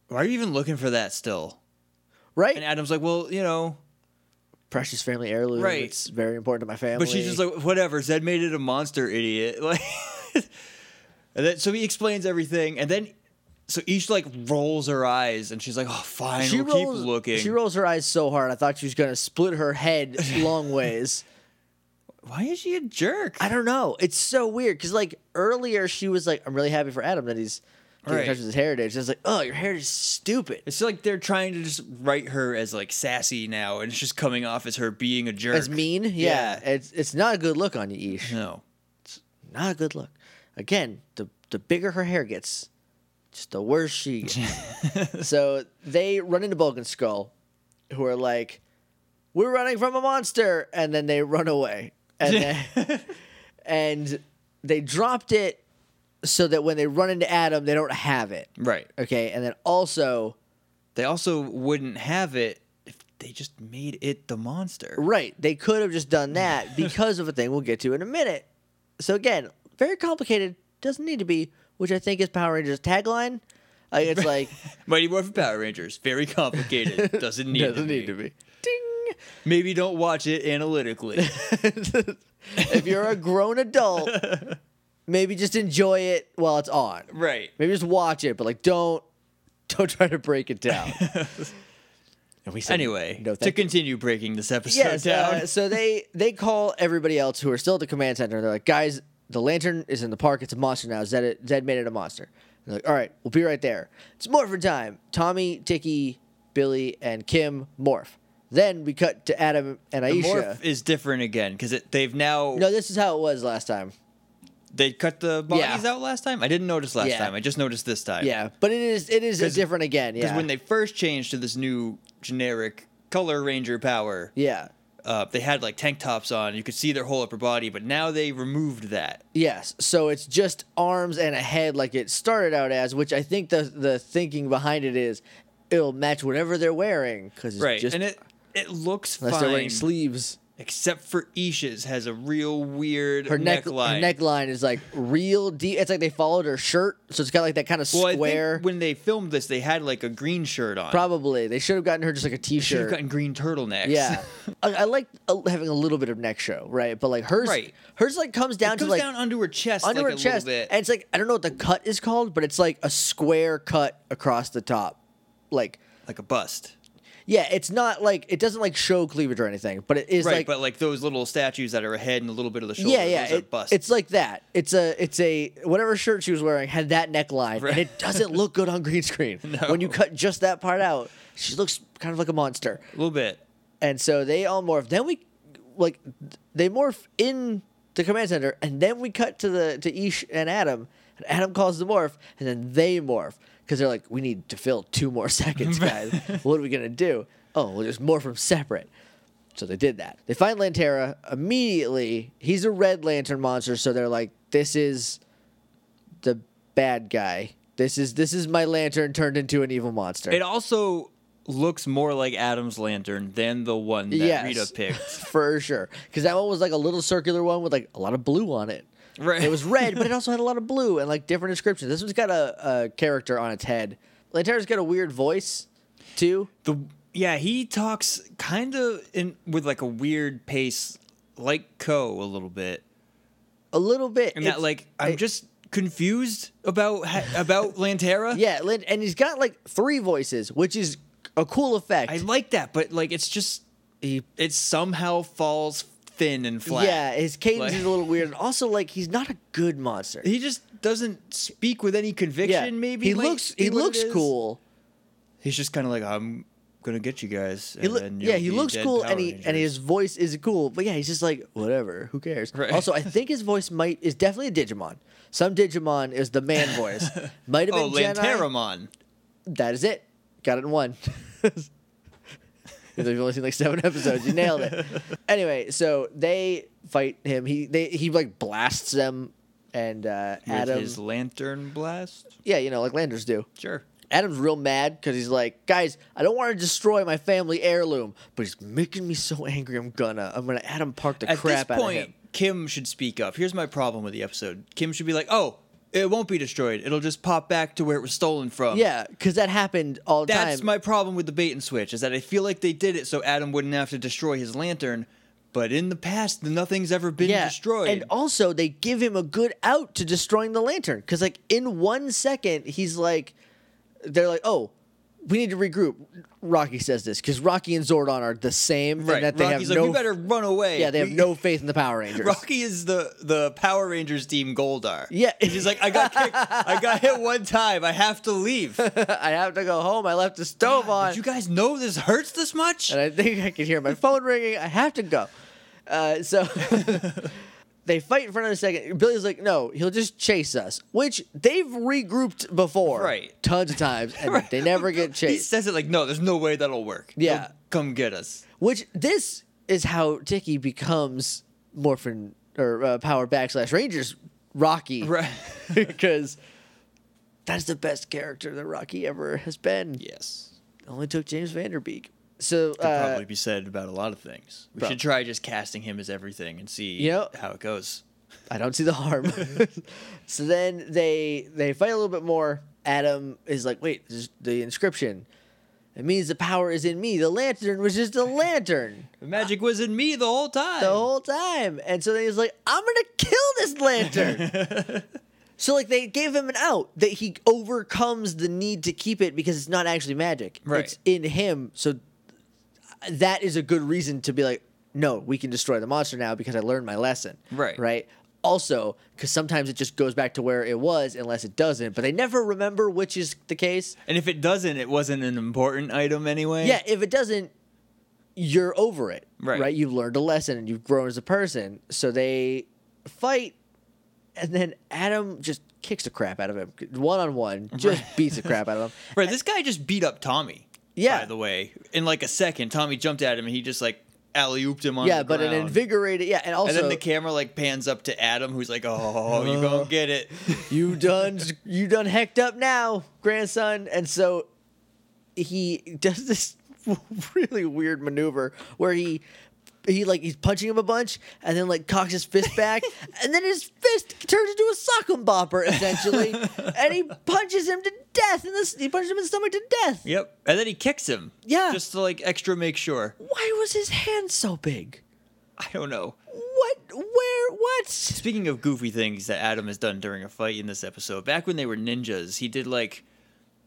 why are you even looking for that still? right. And Adam's like, well, you know. precious family heirloom. Right. It's very important to my family. But she's just like, whatever. Zed made it a monster, idiot. *laughs* Like, and then, so he explains everything. And then, so Isha like rolls her eyes and she's like, oh, fine. she we'll rolls, keep looking. She rolls her eyes so hard, I thought she was gonna split her *laughs* head long ways. why is she a jerk? I don't know. It's so weird because like earlier she was like, "I'm really happy for Adam that he's getting in Right. touch with his heritage." And I was like, "Oh, your heritage is stupid." it's like they're trying to just write her as like sassy now, and it's just coming off as her being a jerk. It's mean, yeah. It's it's not a good look on you, Ish. No. Not a good look. Again, the the bigger her hair gets, just the worse she. gets. so they run into Bulk and Skull, who are like, "We're running from a monster," and then they run away, and then, and they dropped it so that when they run into Adam, they don't have it. Right. Okay, and then also They also wouldn't have it if they just made it the monster. *laughs* Right. They could have just done that because of a thing we'll get to in a minute. So again, Very complicated. Doesn't need to be, which I think is Power Rangers tagline. Like it's *laughs* like Mighty Morphin Power Rangers, very *laughs* complicated. Doesn't need doesn't to need to be. Ding. Maybe don't watch it *laughs* analytically. if you're a grown adult, *laughs* maybe just enjoy it while it's on. right. Maybe just watch it, but like don't don't try to break it down. and we said, Anyway, no, to thank you. continue breaking this episode yes, down. uh, so they they call everybody else who are still at the command center. They're like, guys, the lantern is in the park. It's a monster now. Zed it, Zed made it a monster. They're like, all right, we'll be right there. It's morphin' time. Tommy, Dicky, Billy, and Kim morph. Then we cut to Adam and The Aisha. morph is different again because they've now no, this is how it was last time. they cut the bodies Yeah. out last time. I didn't notice last Yeah. time. I just noticed this time. Yeah, but it is it is 'Cause- different again. because Yeah, when they first changed to this new generic color ranger power, yeah uh, they had like tank tops on. You could see their whole upper body, but now they removed that. yes. So it's just arms and a head like it started out as, which I think the the thinking behind it is it'll match whatever they're wearing because it's Right, just and it it looks unless they're fine, wearing sleeves. except for Isha's has a real weird Her neck, neckline. her neckline is like real deep. It's like they followed her shirt, so it's got like that kind of well, I square. think when they filmed this, they had like a green shirt on. Probably they should have gotten her just like a should have t-shirt. gotten green turtlenecks. *laughs* yeah, I, I like uh, having a little bit of neck show, right? But like hers, Right. hers like comes down it to comes like down under her chest, under like her a chest, little bit. and it's like I don't know what the cut is called, but it's like a square cut across the top. Like, like a bust. yeah, it's not like it doesn't like show cleavage or anything, but it is Right, like, but like those little statues that are ahead and a little bit of the shoulder. yeah, yeah, those are it- busts. it's like that. It's a, it's a whatever shirt she was wearing had that neckline, Right. and it doesn't look good on green screen. When you *laughs* No. cut just that part out, she looks kind of like a monster. a little bit. And so they all morph. Then we, like, they morph in the command center, and then we cut to the to Ish and Adam, and Adam calls the morph, and then they morph because they're like, we need to fill two more *laughs* seconds, guys. what are we gonna do? Oh, we'll just morph them separate. So they did that. They find Lantera immediately. He's a red lantern monster, so they're like, this is the bad guy. This is this is my lantern turned into an evil monster. It also looks more like Adam's lantern than the one that Yes. Rita picked. for sure. Because that one was like a little circular one with like a lot of blue on it. Right. It was red, *laughs* but it also had a lot of blue and like different descriptions. This one's got a, a character on its head. Lantera's got a weird voice, too. The yeah, he talks kind of in with like a weird pace, like Co a little bit, A little bit. and it's- that like I'm it- just confused about ha- *laughs* about Lantera. yeah, Lan- and he's got like three voices, which is a cool effect. I like that, but like it's just He- it somehow falls thin and flat. yeah, his cadence Like- is a little weird, and also like he's not a good monster. he just doesn't speak with any conviction. yeah, Maybe he like, looks he is what it looks is. cool. He's just kind of like I'm gonna get you guys. He and loo- then you'll yeah, he be looks dead cool, Power and he and Rangers." his voice is cool. But yeah, he's just like whatever. Who cares? *laughs* Right. Also, I think his voice might is definitely a Digimon. Some Digimon is the *laughs* man voice. Might have Oh, been Jedi. Lanteramon. That is it. Got it in one. *laughs* We've only seen like seven episodes. You nailed *laughs* it. Anyway, so they fight him. He they he like blasts them, and uh, Adam. With his lantern blast. yeah, you know, like Landers do. Sure. Adam's real mad because he's like, guys, I don't want to destroy my family heirloom, but he's making me so angry. I'm gonna, I'm gonna Adam Park the At crap this out point, of him. Kim should speak up. Here's my problem with the episode. Kim should be like, "Oh, it won't be destroyed. It'll just pop back to where it was stolen from." Yeah, because that happened all the That's time. my problem with the bait and switch is that I feel like they did it so Adam wouldn't have to destroy his lantern, but in the past nothing's ever been yeah, destroyed. and also they give him a good out to destroying the lantern because like in one second he's like, they're like, oh. We need to regroup. Rocky says this because Rocky and Zordon are the same, right. and that they Rocky's have like, no. "We better run away." yeah, they *laughs* have We- no faith in the Power Rangers. Rocky is the the Power Rangers team Goldar. Yeah. *laughs* he's like, I got kicked. I got hit one time. I have to *laughs* leave. I have to go home. I left the stove on. Did you guys know this hurts this much? and I think I can hear *laughs* my phone ringing. I have to go. Uh, so *laughs* they fight in front of the second. Billy's like, no, he'll just chase us, which they've regrouped before, Right. Tons of times, *laughs* and they never get He chased. says it like, no, there's no way that'll work. Yeah. They'll come get *laughs* us. Which this is how Dicky becomes Morphin or uh, Power Backslash Rangers Rocky, *laughs* Right. because that's the best character that Rocky ever has been. Yes. Only took James Vanderbeek. So Could uh, probably be said about a lot of things. We prob- should try just casting him as everything and see You know- how it goes. I don't see the harm. so then they they fight a little bit more. Adam is like, wait, this is the inscription. It means the power is in me. The lantern was just a lantern The magic was in me the whole time. the whole time. And so then he's like, I'm gonna kill this lantern. *laughs* so like they gave him an out that he overcomes the need to keep it because it's not actually magic. Right. It's in him. So that is a good reason to be like, no, we can destroy the monster now because I learned my lesson. Right. Right. Also, because sometimes it just goes back to where it was, unless it doesn't. But they never remember which is the case. and if it doesn't, it wasn't an important item anyway. Yeah, if it doesn't, you're over it. Right. Right. You've learned a lesson and you've grown as a person. So they fight, and then Adam just kicks the crap out of him. One on one, just beats the crap out of him. Right, this guy just beat up Tommy. Yeah. By the way, in like a second, Tommy jumped at him and he just like alley ooped him *laughs* on yeah, the but an ground. invigorated. Yeah, and and also then the camera like pans up to Adam, who's like, "Oh, *laughs* you gonna get it." you done you done hecked up now, grandson. And so he does this *laughs* really weird maneuver where he he like he's punching him a bunch and then like cocks his fist *laughs* back and then his fist turns into a sock 'em bopper essentially and *laughs* he punches him to death and this he punches him in the stomach to death. Yep. And then he kicks him. Yeah. Just to like extra make sure. Why was his hand so big? *laughs* I don't know. What where what? Speaking of goofy things that Adam has done during a fight in this episode, back when they were ninjas, he did like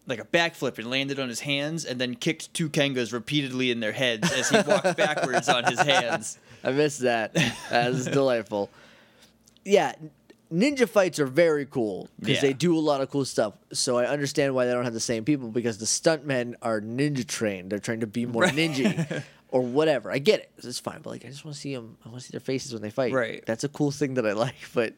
like a backflip and landed on his hands and then kicked two kangas repeatedly in their heads as he *laughs* walked backwards on his hands. I missed that. That was delightful. Yeah, ninja fights are very cool because Yeah. they do a lot of cool stuff. So I understand why they don't have the same people because the stuntmen are ninja trained. They're trained to be more ninja or whatever. I get it. It's fine, but like I just want to see them. I want to see their faces when they fight. Right. That's a cool thing that I *laughs* like. But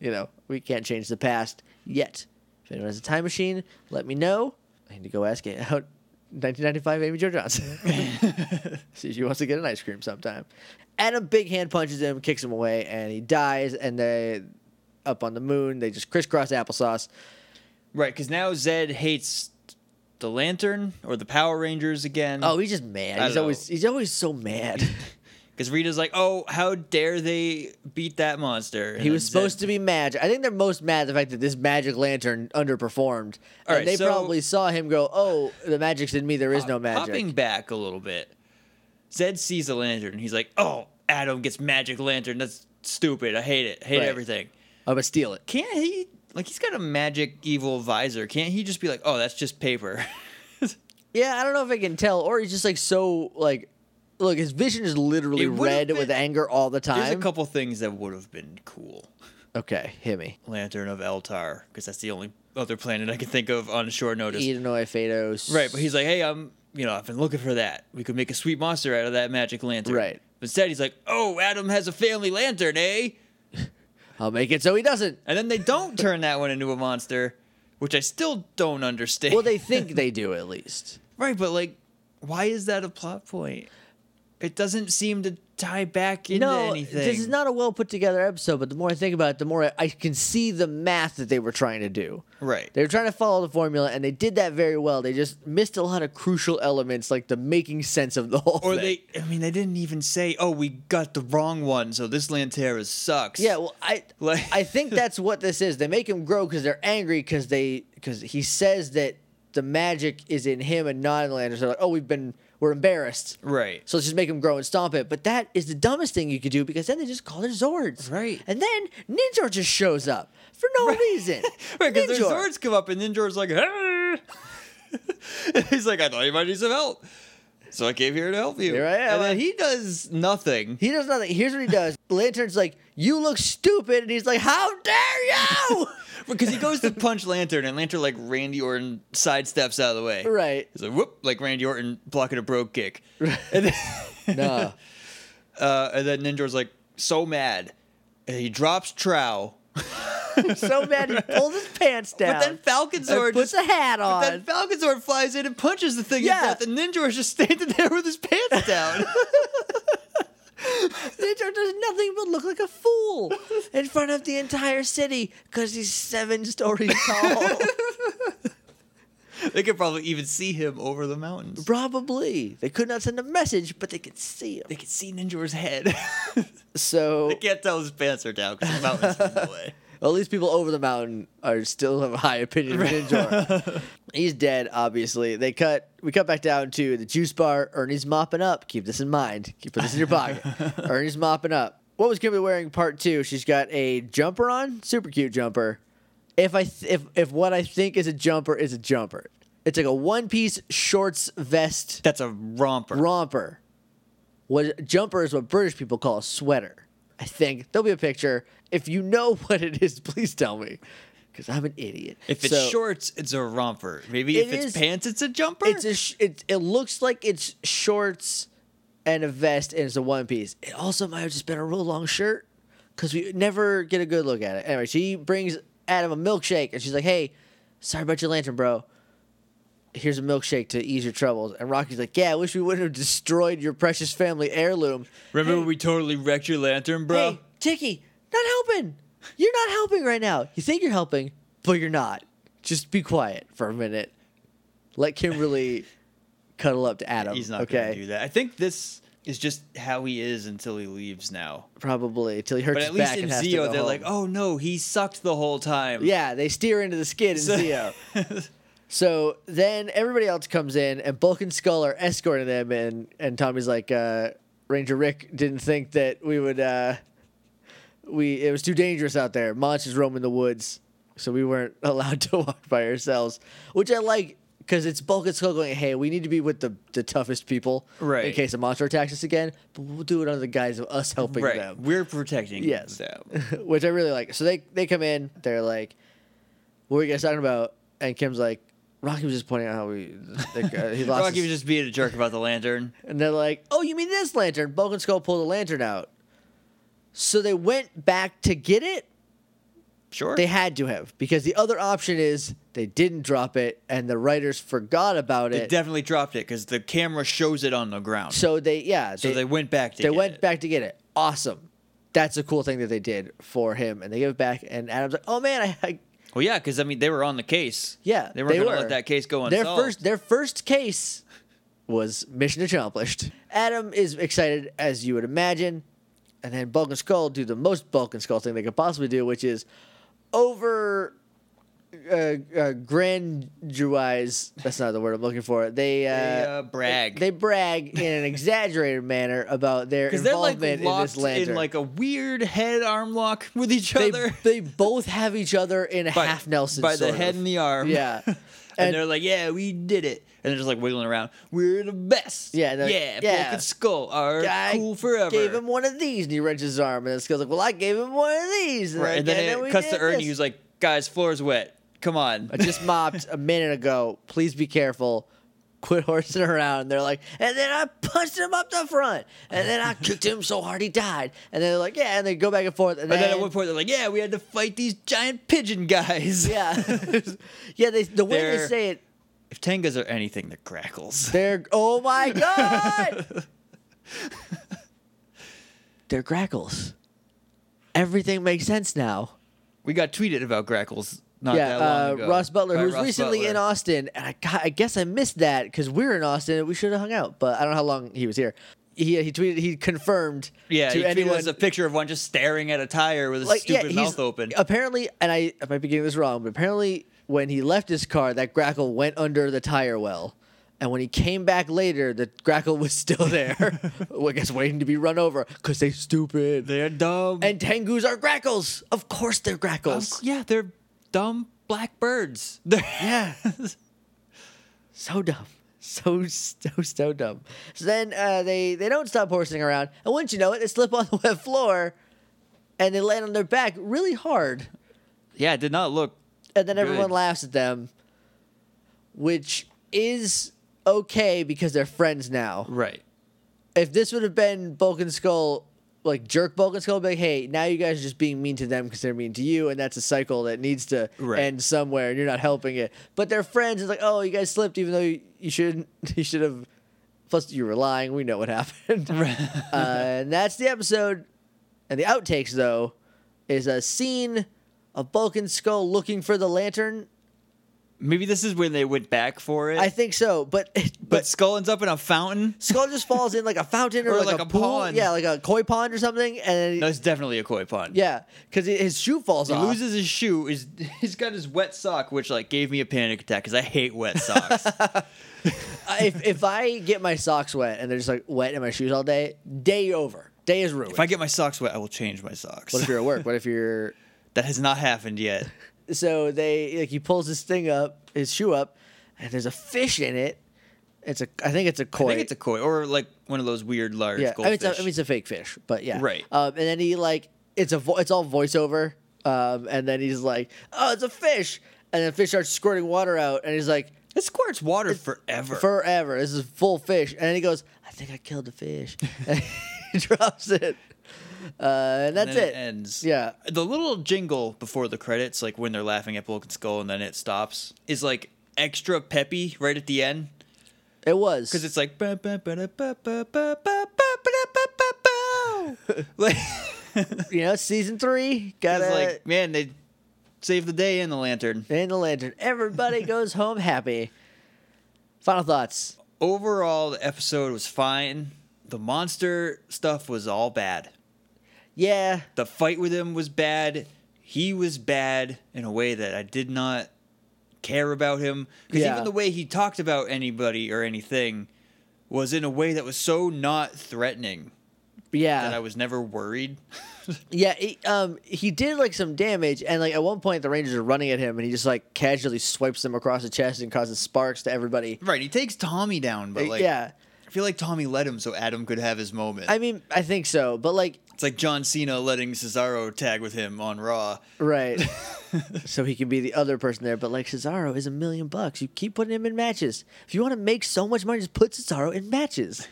you know, we can't change the past yet. If anyone has a time machine, let me know. I need to go ask it out. 1995 Amy Jo Johnson. *laughs* See, she wants to get an ice cream sometime. Adam Big Hand punches him, kicks him away, and he dies. And they, up on the moon, they just crisscross applesauce. Right, because now Zed hates the Lantern or the Power Rangers again. Oh, he's just mad. I He's don't always know. he's always so mad. *laughs* because Rita's like, "Oh, how dare they beat that monster?" he was supposed to be magic. I think they're most mad at the fact that this magic lantern underperformed. and All right, they so- Uh, probably saw him go, "Oh, the magic's in me. There is no magic." Hopping back a little bit, Zed sees the lantern. He's like, "Oh, Adam gets magic lantern. That's stupid. I hate it. Hate Right. everything." I'm gonna steal it. Can't he? Like, he's got a magic evil visor. Can't he just be like, "Oh, that's just paper." *laughs* Yeah, I don't know if I can tell, or he's just like so like, look, his vision is literally It would've red been- with anger all the There's a time. couple things that would have been cool. okay, hit me. Lantern of Eltar, because that's the only other planet I can think of on short notice. Edenoi Phaedos. Right, but he's like, hey, I'm, you know, I've been looking for that. We could make a sweet monster out of that magic lantern. Right. But instead, he's like, oh, Adam has a family lantern, eh? I'll make it so he doesn't. And then they don't turn that one into a monster, which I still don't understand. Well, they think they do at least. right, but like, why is that a plot point? It doesn't seem to tie back into No, anything. this is not a well put together episode. But the more I think about it, the more I, I can see the math that they were trying to do. Right. They were trying to follow the formula, and they did that very well. They just missed a lot of crucial elements, like the making sense of the whole. Or thing. they, I mean, they didn't even say, oh, we got the wrong one, so this Lantera sucks. Yeah, well, I Like- I *laughs* think that's what this is. They make him grow because they're angry because they because he says that the magic is in him and not in the Landers. They're like, oh, we've been we're embarrassed, Right. So let's just make him grow and stomp it. But that is the dumbest thing you could do because then they just call their Zords, Right. And then Ninjor just shows up for no reason, *laughs* Right, because their Ninjor. swords come up, and then George's like, *laughs* hey! he's like, I thought you might need some help, so I came here to help you. Here I am. And then he does nothing. He does nothing. Here's what he does. *laughs* Lantern's like, "You look stupid," and he's like, "How dare you!" *laughs* because he goes to punch Lantern, and Lantern like Randy Orton sidesteps out of the way. right? He's like, whoop, like Randy Orton blocking a broke kick. *laughs* No. Uh, and then Ninja's like, so mad. And he drops Trow. so mad he pulls his pants down. But *laughs* then Falcon and Sword puts just a hat on. Then *laughs* Falcon Sword flies in and punches the thing Yeah. yeah. to death, and Ninja is just standing there with *laughs* his pants down. Ninja does nothing but look like a *laughs* fool in front of *laughs* *laughs* the entire city because he's seven stories tall. They could probably even see him over the mountains. Probably. They could not send a message, but they could see They him. could see Ninjor's head. *laughs* So, they can't tell his pants are down because the mountains in *laughs* the way. at least people over the mountain are still have a high opinion of Ninjor. He's dead, obviously. They cut. We cut back down to the juice bar. Ernie's mopping up. Keep this in mind. Keep put this in your pocket. Ernie's mopping up. What was Kimberly wearing? Part two. She's got a jumper on. Super cute jumper. If I th- if if what I think is a jumper is a jumper, it's like a one piece shorts vest That's a romper. romper. What jumper is what British people call a sweater. I think there'll be a picture. If you know *laughs* what it is, please tell me, because I'm an idiot. if it's So, shorts, it's a romper. Maybe It if it's is- pants, it's a jumper. it's a sh- it, it looks like it's shorts and a vest and it's a one piece. It also might have just been a real long shirt because we never get a good look at it. Anyway, she brings Adam a milkshake and she's like, "Hey, sorry about your lantern, bro. Here's a milkshake to ease your troubles." And Rocky's like, "Yeah, I wish we wouldn't have destroyed your precious family heirloom." Remember Hey, when we totally wrecked your lantern, bro? Hey, Tiki, not helping. You're not helping right now. You think you're helping, but you're not. Just be quiet for a minute. Let Kimberly *laughs* cuddle up to Adam. He's not okay. gonna do that. I think this is just how he is until he leaves now. Probably till he hurts But his at least back in and has to Zio, go they're home. like, "Oh no, he sucked the whole time." Yeah, they steer into the skid in So- *laughs* Zio. So then everybody else comes in, and Bulk and Skull are escorting them, and and Tommy's like, uh, Ranger Rick didn't think that we would, uh, we it was too dangerous out there. Monsters roam in the woods, so we weren't *laughs* allowed to walk by ourselves, which I like because it's Bulk and Skull going, hey, we need to be with the the toughest people, In Right. case a monster attacks us again, but we'll do it under the guise of us helping right. them. We're protecting Yes. *laughs* them. which I really like. So they they come in, they're like, "What were you guys talking about?" And Kim's like, "Rocky was just pointing out how we like, uh, he *laughs* lost." Rocky his-" was just being a jerk about the lantern. and they're like, "Oh, you mean this lantern?" Bulk and Skull pulled the lantern out. So they went back to get it. Sure. They had to have because the other option is they didn't drop it and the writers forgot about They it. definitely dropped it because the camera shows it on the ground. So, so they yeah. they, went back to they get went it. back to get it. Awesome. That's a cool thing that they did for him, and they give it back. And Adam's like, "Oh man, I, I Well, yeah, because I mean they were on the case. Yeah, they were not going to let that case go Their unsolved. first, their first case was mission accomplished. Adam is excited as you would imagine, and then Bulk and Skull do the most Bulk and Skull thing they could possibly do, which is over uh, uh, grandierize. That's not the word I'm looking for. They, uh, uh, brag. They, brag in an exaggerated manner about *laughs* their because they're like involvement in locked this lantern. like a weird head arm lock with each they, other. they both have each other in a *laughs* By- half Nelson by the sort head of. and the arm. Yeah. *laughs* And, they're like, yeah, we did it. And they're just like wiggling around. We're the best. Yeah, they're like, yeah, yeah. Broken Skull are I cool forever. Gave him one of these, and he wrenches his arm, and then Skull's like, "Well, I gave him one of these." And, right. And then, it cuts to Ernie, who's like, guys, floor's wet. Come on. "I just mopped a minute ago. Please be careful. Quit horsing around." And they're like, "And then I punched him up the front, and then I kicked him so hard he died." And then they're like, "Yeah," and they go back and forth, and But then, then at one point they're like, yeah, we had to fight these giant pigeon *laughs* guys. yeah, yeah. They, the way they They're- say it, *laughs* If tangas are anything, they're crackles. they're oh *laughs* my god, they're grackles. Everything makes sense now. We got tweeted about grackles not yeah, that long uh, ago. Ross Butler, by who's Ross recently in Butler. Austin, and I, got- I guess I missed that because we were in Austin. and We should have hung out, but I don't know how long he was here. He he tweeted he confirmed Yeah, to he tweeted anyone us a picture of one just staring at a tire with *laughs* his like yeah stupid he's mouth open. apparently and I I might be getting this wrong, but apparently when he left his car, that grackle went under the tire well. And when he came back later, the grackle was still *laughs* there. I guess waiting to be run over because they stupid. They're dumb. *laughs* and Tengus are grackles. Of course they're grackles. yeah, they're dumb black birds. *laughs* Yeah. so dumb. So so so dumb. So then uh, they they don't stop horsing around, and once you know it, they slip *laughs* on the wet floor, and they land on their back really hard, yeah, it did not look. and then everyone Good. laughs at them, which is okay because they're friends now. Right. If this would have been Bulk and Skull, like jerk Bulk and Skull, be like, hey, now you guys are just being mean to them because they're mean to you, and that's a cycle that needs to Right. end somewhere, and you're not helping it. But they're friends. It's like, oh, you guys slipped, even though you, you shouldn't. *laughs* You should have. Plus, you were lying. We know what *laughs* happened. uh, and that's the episode. And the outtakes, though, is a scene of Bulk and Skull looking for the lantern Maybe this is when they went back for it. I think so, but *laughs* but, but Skull ends up in a fountain. Skull just falls in like a fountain *laughs* or, Or like, like a, a pool. pond. Yeah, like a koi pond or something. And No, it's definitely a koi pond. yeah, because his shoe falls He off. loses his shoe. Is *laughs* he's got his wet sock, which like gave me a panic attack because I hate *laughs* wet socks. I- Uh, if, if I get my socks wet and they're just like wet in my shoes all day, day over. Day is ruined. if I get my socks wet, I will change my socks. what if you're at work? What if you're *laughs* that has not happened yet. so they like he pulls his thing up, his shoe up, and there's a fish in it. It's a I think it's a I koi. think it's a koi or like one of those weird large yeah, I mean, goldfish. it's a, I mean it's a fake fish, but yeah, Right. Um, and then he like it's a vo- it's all voiceover, um, and then he's like, oh, it's a fish, and then the fish starts squirting water out, and he's like, it squirts water forever. forever. This is full fish. And then he goes, I think I killed the *laughs* fish. *laughs* and he drops it. Uh, and that's then it. ends. Yeah. The little jingle before the credits, like when they're laughing at Bulk and Skull and then it stops, is like extra peppy right at the end It was. because it's like ba- ba- ba- da- ba- ba- ba- ba- ba- ba- da- ba- ba- *laughs* bow. like *laughs* *laughs* you know, season three. it's Gotta like man, they saved the day in the lantern. in the lantern. *laughs* Everybody goes home happy. Final thoughts. Overall, the episode was fine. The monster stuff was all bad. Yeah. The fight with him was bad. He was bad in a way that I did not care about him. Because Yeah. even the way he talked about anybody or anything was in a way that was so not threatening that I Yeah. was never worried. Yeah. He, um, he did like some damage. And like at one point, the Rangers are running at him and he just like casually swipes them across the chest and causes sparks to everybody. right, he takes Tommy down, but like, Uh, yeah. I feel like Tommy let him so Adam could have his moment. I mean, I think so. But like, it's like John Cena letting Cesaro tag with him on Raw. Right. so he can be the other person there. But like Cesaro is a million bucks. You keep putting him in matches. If you want to make so much money, just put Cesaro in matches.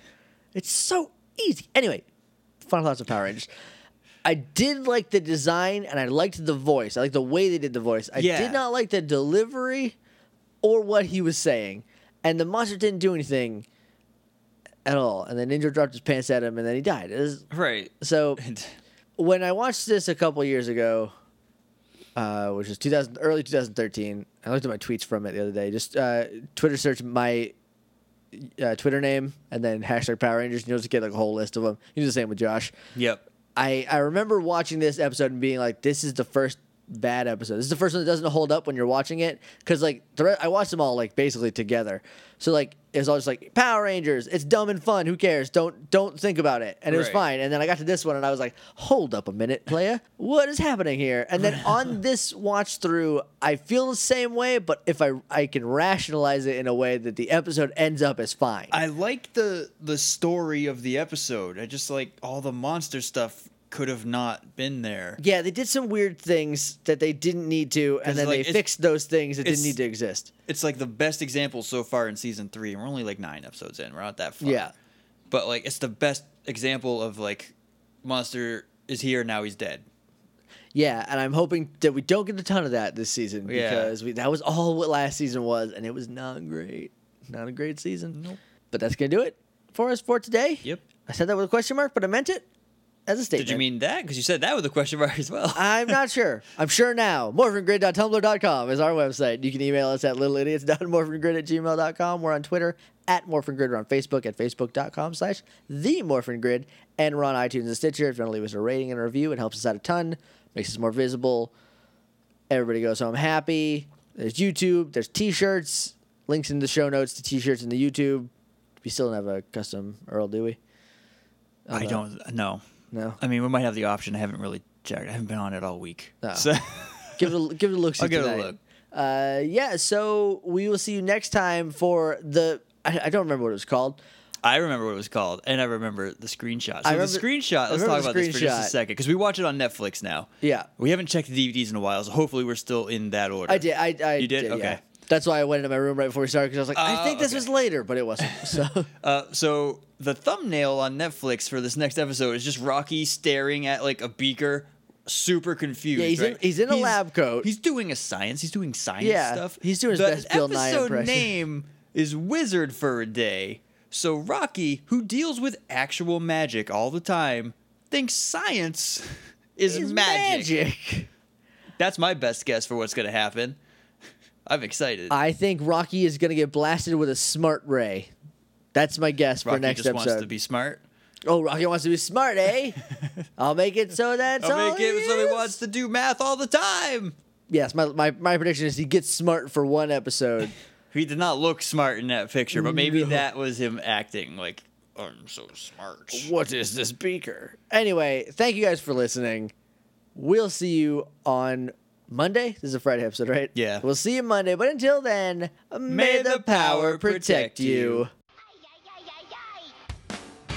It's so easy. Anyway, final thoughts of Power Rangers. I did like the design and I liked the voice. I liked the way they did the voice. I Yeah. did not like the delivery or what he was saying. And the monster didn't do anything at all. And then Ninja dropped his pants at him and then he died. It was- Right. so when I watched this a couple years ago, uh, which was 2000, early 2013, I looked at my tweets from it the other day. Just uh, Twitter search my uh, Twitter name and then hashtag Power Rangers, and you'll just get like a whole list of them. You do the same with Josh. yep. I, I remember watching this episode and being like, this is the first bad episode. This is the first one that doesn't hold up when you're watching it. Cause like, the re- I watched them all like basically together. So like, it was all just like Power Rangers. It's dumb and fun. Who cares? Don't, don't think about it. And it was Right. fine. And then I got to this one and I was like, hold up a minute, playa. What is happening here? And then on this watch through, I feel the same way, but if I, I can rationalize it in a way that the episode ends up as fine. I like the the story of the episode. I just like all the monster stuff could have not been there. Yeah, they did some weird things that they didn't need to, and 'Cause, then like, they it's- fixed those things that didn't it's- need to exist. It's like the best example so far in season three, and we're only like nine episodes in. We're not that far. Yeah. but like it's the best example of like monster is here now he's dead. Yeah, and I'm hoping that we don't get a ton of that this season Yeah. because we, that was all what last season was, and it was not great. Not a great season. Nope. But that's gonna do it for us for today. Yep. I said that with a question mark, but I meant it as a statement. Did you mean that? Because you said that with a question mark as well. I'm not sure. I'm sure now. MorphinGrid.tumblr.com is our website. You can email us at littleidiots.morphingrid at gmail.com. We're on Twitter at morphingrid. We're on Facebook at facebook.com slash the morphingrid. And we're on iTunes and Stitcher. If you want to leave us a rating and a review, it helps us out a ton, makes us more visible. Everybody goes home happy. There's YouTube, there's t shirts, links in the show notes to t shirts and the YouTube. We still don't have a custom Earl, do we? I don't know. No. I mean, we might have the option. I haven't really checked. I haven't been on it all week. Oh. So *laughs* give it a, give it a look. I'll give it a look. Uh, yeah. So we will see you next time for the. I, I don't remember what it was called. I remember what it was called, and I remember the screenshot. So I the remember- screenshot. I Let's remember talk the about this for just screenshot. a second because we watch it on Netflix now. Yeah. We haven't checked the DVDs in a while, so hopefully we're still in that order. I did. I, I You did? yeah. Okay. That's why I went into my room right before we started because I was like, I Oh, think this okay. was later, but it *laughs* wasn't. So Uh, so the thumbnail on Netflix for this next episode is just Rocky staring at like a beaker, super confused. Yeah, he's in- right? he's in a lab coat. He's doing a science. He's doing science Yeah, stuff. he's doing his the best Bill Nye episode impression. name is Wizard for a Day. So Rocky, who deals with actual magic all the time, thinks science is It's magic. That's my best guess for what's going to happen. I'm excited. I think Rocky is gonna get blasted with a smart ray. That's my guess for Rocky next just episode. wants to be smart. oh, Rocky wants to be smart, *laughs* eh? I'll make it so that's I all. mean, it, somebody is. wants to do math all the time. Yes, my, my my prediction is he gets smart for one episode. He did not look smart in that picture, but maybe No. that was him acting like I'm so smart. what is this beaker? Anyway, thank you guys for listening. We'll see you on Monday. This is a Friday episode, right? Yeah. We'll see you Monday. But until then, may, the, power protect, you. you. ay, ay, ay, ay.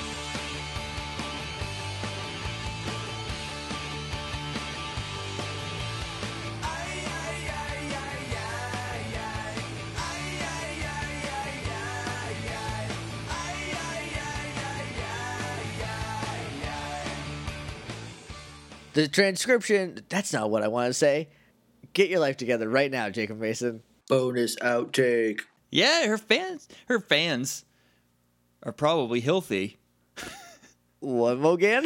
The transcription, that's not what I want to say. Get your life together right now, Jacob Mason. Bonus outtake. Yeah, her fans, her fans are probably healthy. *laughs* One more again.